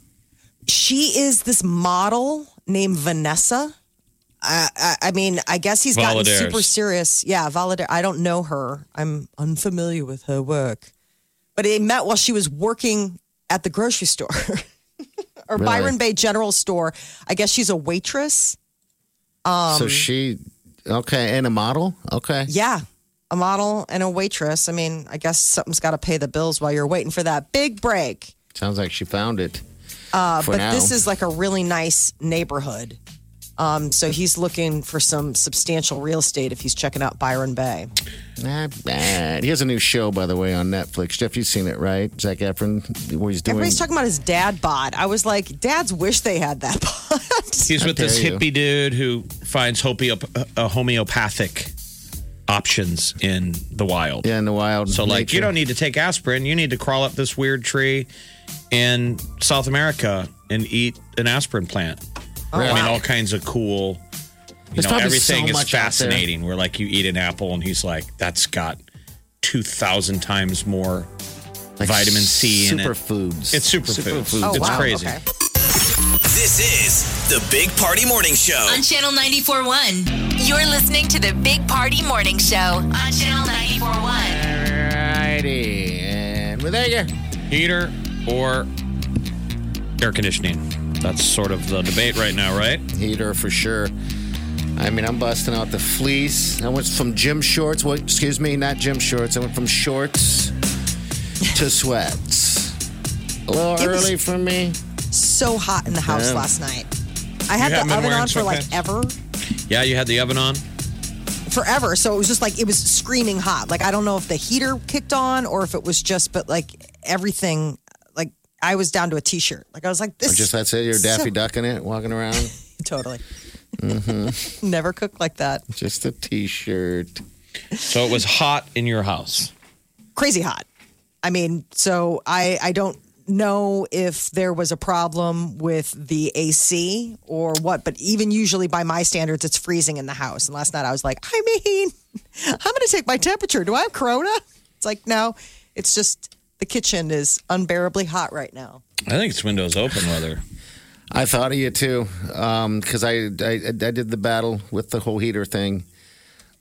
[SPEAKER 5] she is this model named Vanessa. I, I, I mean, I guess he's gotten
[SPEAKER 4] Valadares.
[SPEAKER 5] super serious. Yeah, Valadares. I don't know her. I'm unfamiliar with her work. But they met while she was working at the grocery store or
[SPEAKER 3] Really?
[SPEAKER 5] Byron Bay General Store. I guess she's a waitress. Um,
[SPEAKER 3] so she, okay, and a model, okay.
[SPEAKER 5] yeah, a model and a waitress. I mean, I guess something's got to pay the bills while you're waiting for that big break.
[SPEAKER 3] Sounds like she found it.
[SPEAKER 5] Uh,
[SPEAKER 3] For
[SPEAKER 5] but
[SPEAKER 3] now.
[SPEAKER 5] this is like a really nice neighborhood. Um, so he's looking for some substantial real estate if he's checking out Byron Bay.
[SPEAKER 3] Not bad. He has a new show, by the way, on Netflix. Jeff, you've seen it, right? Zach Efron, where he's doing.
[SPEAKER 5] Everybody's talking about his dad bod. I was like, dads wish they had that bod.
[SPEAKER 4] He's
[SPEAKER 3] How
[SPEAKER 4] with this
[SPEAKER 3] dare you.
[SPEAKER 4] hippie dude who finds hopeop- uh, homeopathic options in the wild.
[SPEAKER 3] yeah, in the wild.
[SPEAKER 4] So like, you
[SPEAKER 3] nature.
[SPEAKER 4] don't need to take aspirin. You need to crawl up this weird tree in South America and eat an aspirin plant. I mean, all kinds of cool. You
[SPEAKER 3] Oh, There's
[SPEAKER 4] know,
[SPEAKER 3] probably
[SPEAKER 4] everything
[SPEAKER 3] so
[SPEAKER 4] is
[SPEAKER 3] much out there.
[SPEAKER 4] fascinating. Where like you eat an apple, and he's like, "That's got two thousand times more
[SPEAKER 3] Like
[SPEAKER 4] vitamin C in it."
[SPEAKER 3] superfoods.
[SPEAKER 4] It's superfood.
[SPEAKER 3] Superfoods.
[SPEAKER 5] Oh,
[SPEAKER 4] it's
[SPEAKER 5] wow.
[SPEAKER 4] crazy.
[SPEAKER 5] Okay.
[SPEAKER 6] This is the Big Party Morning Show.
[SPEAKER 2] On Channel 94.1. You're listening to the Big Party Morning Show on Channel 94.1.
[SPEAKER 3] Alrighty, and we're there. You go.
[SPEAKER 4] Heater or air conditioning. That's sort of the debate right now, right?
[SPEAKER 3] heater for sure. I mean, I'm busting out the fleece. I went from gym shorts. Well, excuse me, not gym shorts. I went from shorts to sweats. A little
[SPEAKER 5] It was-
[SPEAKER 3] early for me.
[SPEAKER 5] So hot in the house
[SPEAKER 3] Yeah.
[SPEAKER 5] last night. I had
[SPEAKER 4] You haven't
[SPEAKER 5] the
[SPEAKER 4] been
[SPEAKER 5] oven
[SPEAKER 4] wearing
[SPEAKER 5] on for like
[SPEAKER 4] sweatpants?
[SPEAKER 5] ever,
[SPEAKER 4] Yeah, you had the oven on.
[SPEAKER 5] forever. So it was just like, it was screaming hot. Like, I don't know if the heater kicked on or if it was just, but like everything, like I was down to a t shirt. Like, I was like, this
[SPEAKER 3] Or just that's it. You're
[SPEAKER 5] so-
[SPEAKER 3] Daffy ducking it, walking around.
[SPEAKER 5] Totally.
[SPEAKER 3] Mm-hmm.
[SPEAKER 5] Never cooked like that.
[SPEAKER 3] just a t-shirt.
[SPEAKER 4] So it was hot in your house.
[SPEAKER 5] Crazy hot. I mean, so I I don't know if there was a problem with the AC or what, but even usually by my standards, it's freezing in the house. And last night I was like, I mean, I'm going to take my temperature. Do I have corona? It's like no, it's just the kitchen is unbearably hot right now.
[SPEAKER 4] I think it's windows open weather.
[SPEAKER 3] I thought of you too, because I, I I did the battle with the whole heater thing,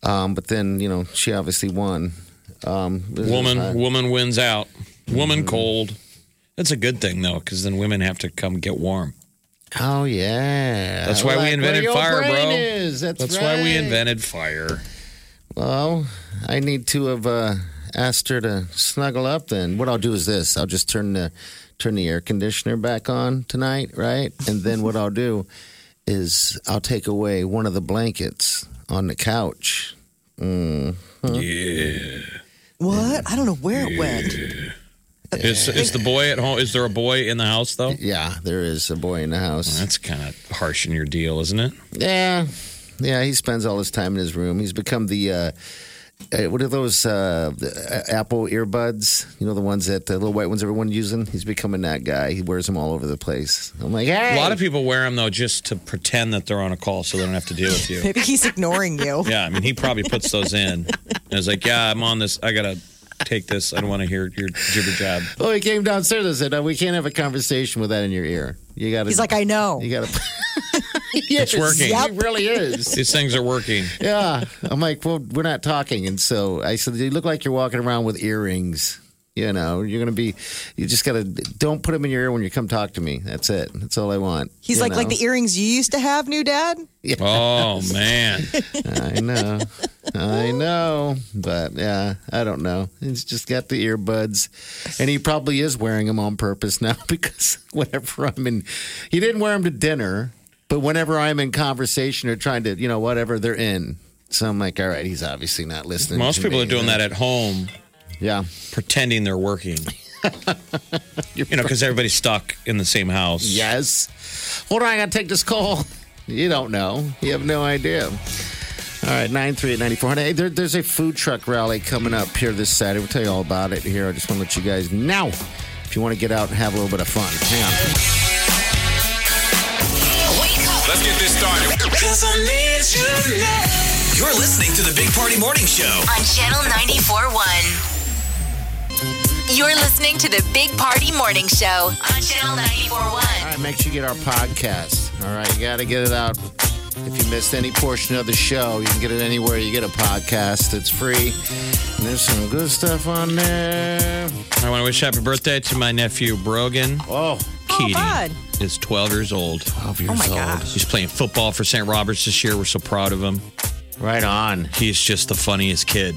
[SPEAKER 3] um, but then you know she obviously won. Um,
[SPEAKER 4] Woman, woman wins out. Woman cold. That's a good thing though, because then women have to come get warm.
[SPEAKER 3] Oh yeah,
[SPEAKER 4] That's why we
[SPEAKER 3] Like where
[SPEAKER 4] invented
[SPEAKER 3] your
[SPEAKER 4] fire,
[SPEAKER 3] brain
[SPEAKER 4] bro.
[SPEAKER 3] is. That's,
[SPEAKER 4] That's
[SPEAKER 3] right.
[SPEAKER 4] why we invented fire.
[SPEAKER 3] Well, I need to have uh, asked her to snuggle up. Then what I'll do is this: I'll just turn the turn the air conditioner back on tonight, right? And then what I'll do is I'll take away one of the blankets on the couch.
[SPEAKER 4] Yeah.
[SPEAKER 5] What? I don't know where it went.
[SPEAKER 4] Is, is the boy at home? Is there a boy in the house though?
[SPEAKER 3] Yeah, there is a boy in the house.
[SPEAKER 4] That's kind of harsh in your deal, isn't it?
[SPEAKER 3] Yeah, yeah, he spends all his time in his room. He's become the uh, Hey, what are those uh, the, uh, Apple earbuds? You know the ones that the little white ones everyone using. He's becoming that guy. He wears them all over the place. I'm like, hey,
[SPEAKER 4] A lot of people wear them though just to pretend that they're on a call so they don't have to deal with you.
[SPEAKER 5] Maybe he's ignoring you.
[SPEAKER 4] Yeah, I mean, he probably puts those in. And it's like, yeah, I'm on this. I gotta take this. I don't want to hear your jibber jab.
[SPEAKER 3] Oh, he came downstairs and said, no, "We can't have a conversation with that in your ear. You got to."
[SPEAKER 5] He's like, I know.
[SPEAKER 3] "You got to."
[SPEAKER 4] It's working.
[SPEAKER 3] It really is.
[SPEAKER 4] These things are working.
[SPEAKER 3] yeah. I'm like, well, we're not talking. And so I said, you look like you're walking around with earrings. You know, you're going to be, you just got to, don't put them in your ear when you come talk to me. That's it. That's all I want.
[SPEAKER 5] He's
[SPEAKER 3] You
[SPEAKER 5] like, like
[SPEAKER 3] know?
[SPEAKER 5] the earrings you used to have, new dad.
[SPEAKER 4] Oh man,
[SPEAKER 3] I know. I know. But yeah, I don't know. He's just got the earbuds. And he probably is wearing them on purpose now because whenever I'm in, he didn't wear them to dinner, but whenever I'm in conversation or trying to, you know, whatever, they're in. So I'm like, all right, he's obviously not listening.
[SPEAKER 4] most
[SPEAKER 3] to
[SPEAKER 4] people
[SPEAKER 3] me,
[SPEAKER 4] are doing
[SPEAKER 3] you know?
[SPEAKER 4] that at home,
[SPEAKER 3] Yeah.
[SPEAKER 4] pretending they're working. you know, because everybody's stuck in the same house.
[SPEAKER 3] Yes. Hold on, I gotta take this call. You don't know. You have no idea. All right, 938-9400. Hey, there, there's a food truck rally coming up here this Saturday. We'll tell you all about it here. I just want to let you guys know if you want to get out and have a little bit of fun. Hang on.
[SPEAKER 6] Let's get this started. You're listening to the Big Party Morning Show.
[SPEAKER 2] on Channel 94.1. You're listening to the Big Party Morning Show on Channel 94.1.
[SPEAKER 3] All right, make sure you get our podcast. All right, you got to get it out. If you missed any portion of the show, you can get it anywhere you get a podcast. It's free. And there's some good stuff on there.
[SPEAKER 4] I want to wish happy birthday to my nephew Brogan.
[SPEAKER 3] Oh,
[SPEAKER 4] Keating
[SPEAKER 5] bud.
[SPEAKER 4] is 12 years old.
[SPEAKER 3] 12 years old.
[SPEAKER 4] He's playing football for St. Roberts this year. We're so proud of him.
[SPEAKER 3] Right on.
[SPEAKER 4] He's just the funniest kid.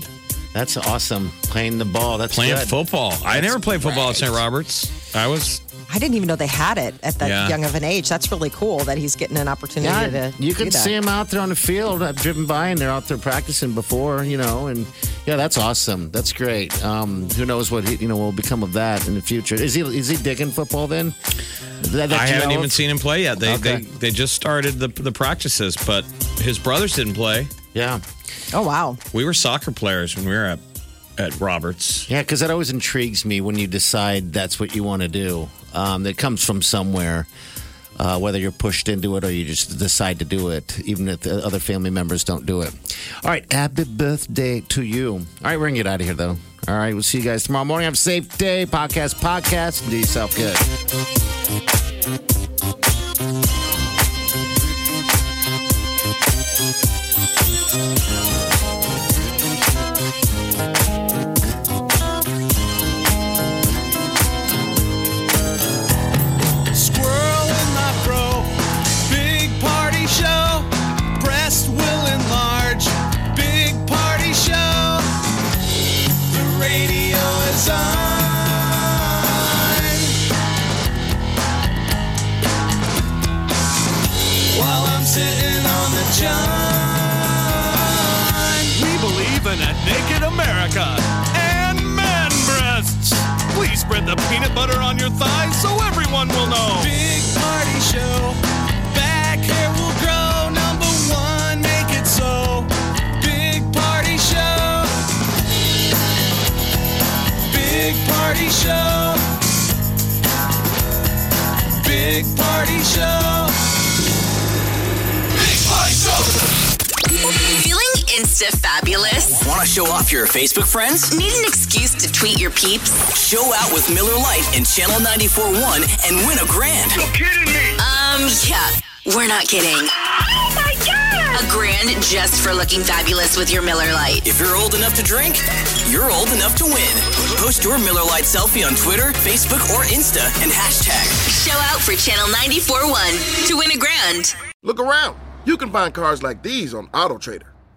[SPEAKER 3] That's awesome. Playing the ball. That's
[SPEAKER 4] Playing
[SPEAKER 3] good.
[SPEAKER 4] football. I never played football at St. Roberts. I was
[SPEAKER 5] I didn't even know they had it at that
[SPEAKER 4] Yeah.
[SPEAKER 5] young of an age. That's really cool that he's getting an opportunity
[SPEAKER 3] Yeah,
[SPEAKER 5] to.
[SPEAKER 3] you
[SPEAKER 5] do
[SPEAKER 3] can
[SPEAKER 5] that.
[SPEAKER 3] see them out there on the field. I've driven by and they're out there practicing before, you know. And yeah, that's awesome. That's great. Um, who knows what he, you know will become of that in the future? Is he is he digging football then? That- that
[SPEAKER 4] I
[SPEAKER 3] you
[SPEAKER 4] haven't
[SPEAKER 3] know
[SPEAKER 4] even
[SPEAKER 3] of?
[SPEAKER 4] seen him play yet. They,
[SPEAKER 3] Okay.
[SPEAKER 4] they they just started the the practices, but his brothers didn't play.
[SPEAKER 3] Yeah,
[SPEAKER 5] Oh wow!
[SPEAKER 4] We were soccer players when we were at at Roberts.
[SPEAKER 3] yeah, because that always intrigues me when you decide that's what you want to do. Um, it comes from somewhere. Uh, whether you're pushed into it or you just decide to do it, even if the other family members don't do it. All right, happy birthday to you. All right, we're going to get out of here, though. All right, we'll see you guys tomorrow morning. Have a safe day. Podcast, podcast. and Do yourself good.
[SPEAKER 6] Squirrel in my fro. Big party show. Breast will enlarge. Big party show. The radio is on. While I'm sitting on the john. We believe in a naked America and man breasts. Please spread the peanut butter on your thighs so everyone will know. Big party show. Back hair will grow. Number one, make it so. Big party show. Big party show. Big party show. Big party show.
[SPEAKER 2] Feeling insta fabulous?
[SPEAKER 6] Want to show off your Facebook friends?
[SPEAKER 2] Need an excuse to tweet your peeps?
[SPEAKER 6] Show out with Miller Lite and Channel 941 and win a grand. You kidding me?
[SPEAKER 2] Um, yeah, we're not kidding. Oh my god! A grand just for looking fabulous with your Miller Lite.
[SPEAKER 6] If you're old enough to drink, you're old enough to win. Post your Miller Lite selfie on Twitter, Facebook, or Insta and hashtag.
[SPEAKER 2] Show out for Channel 94.1 to win a grand.
[SPEAKER 12] Look around. You can find cars like these on AutoTrader.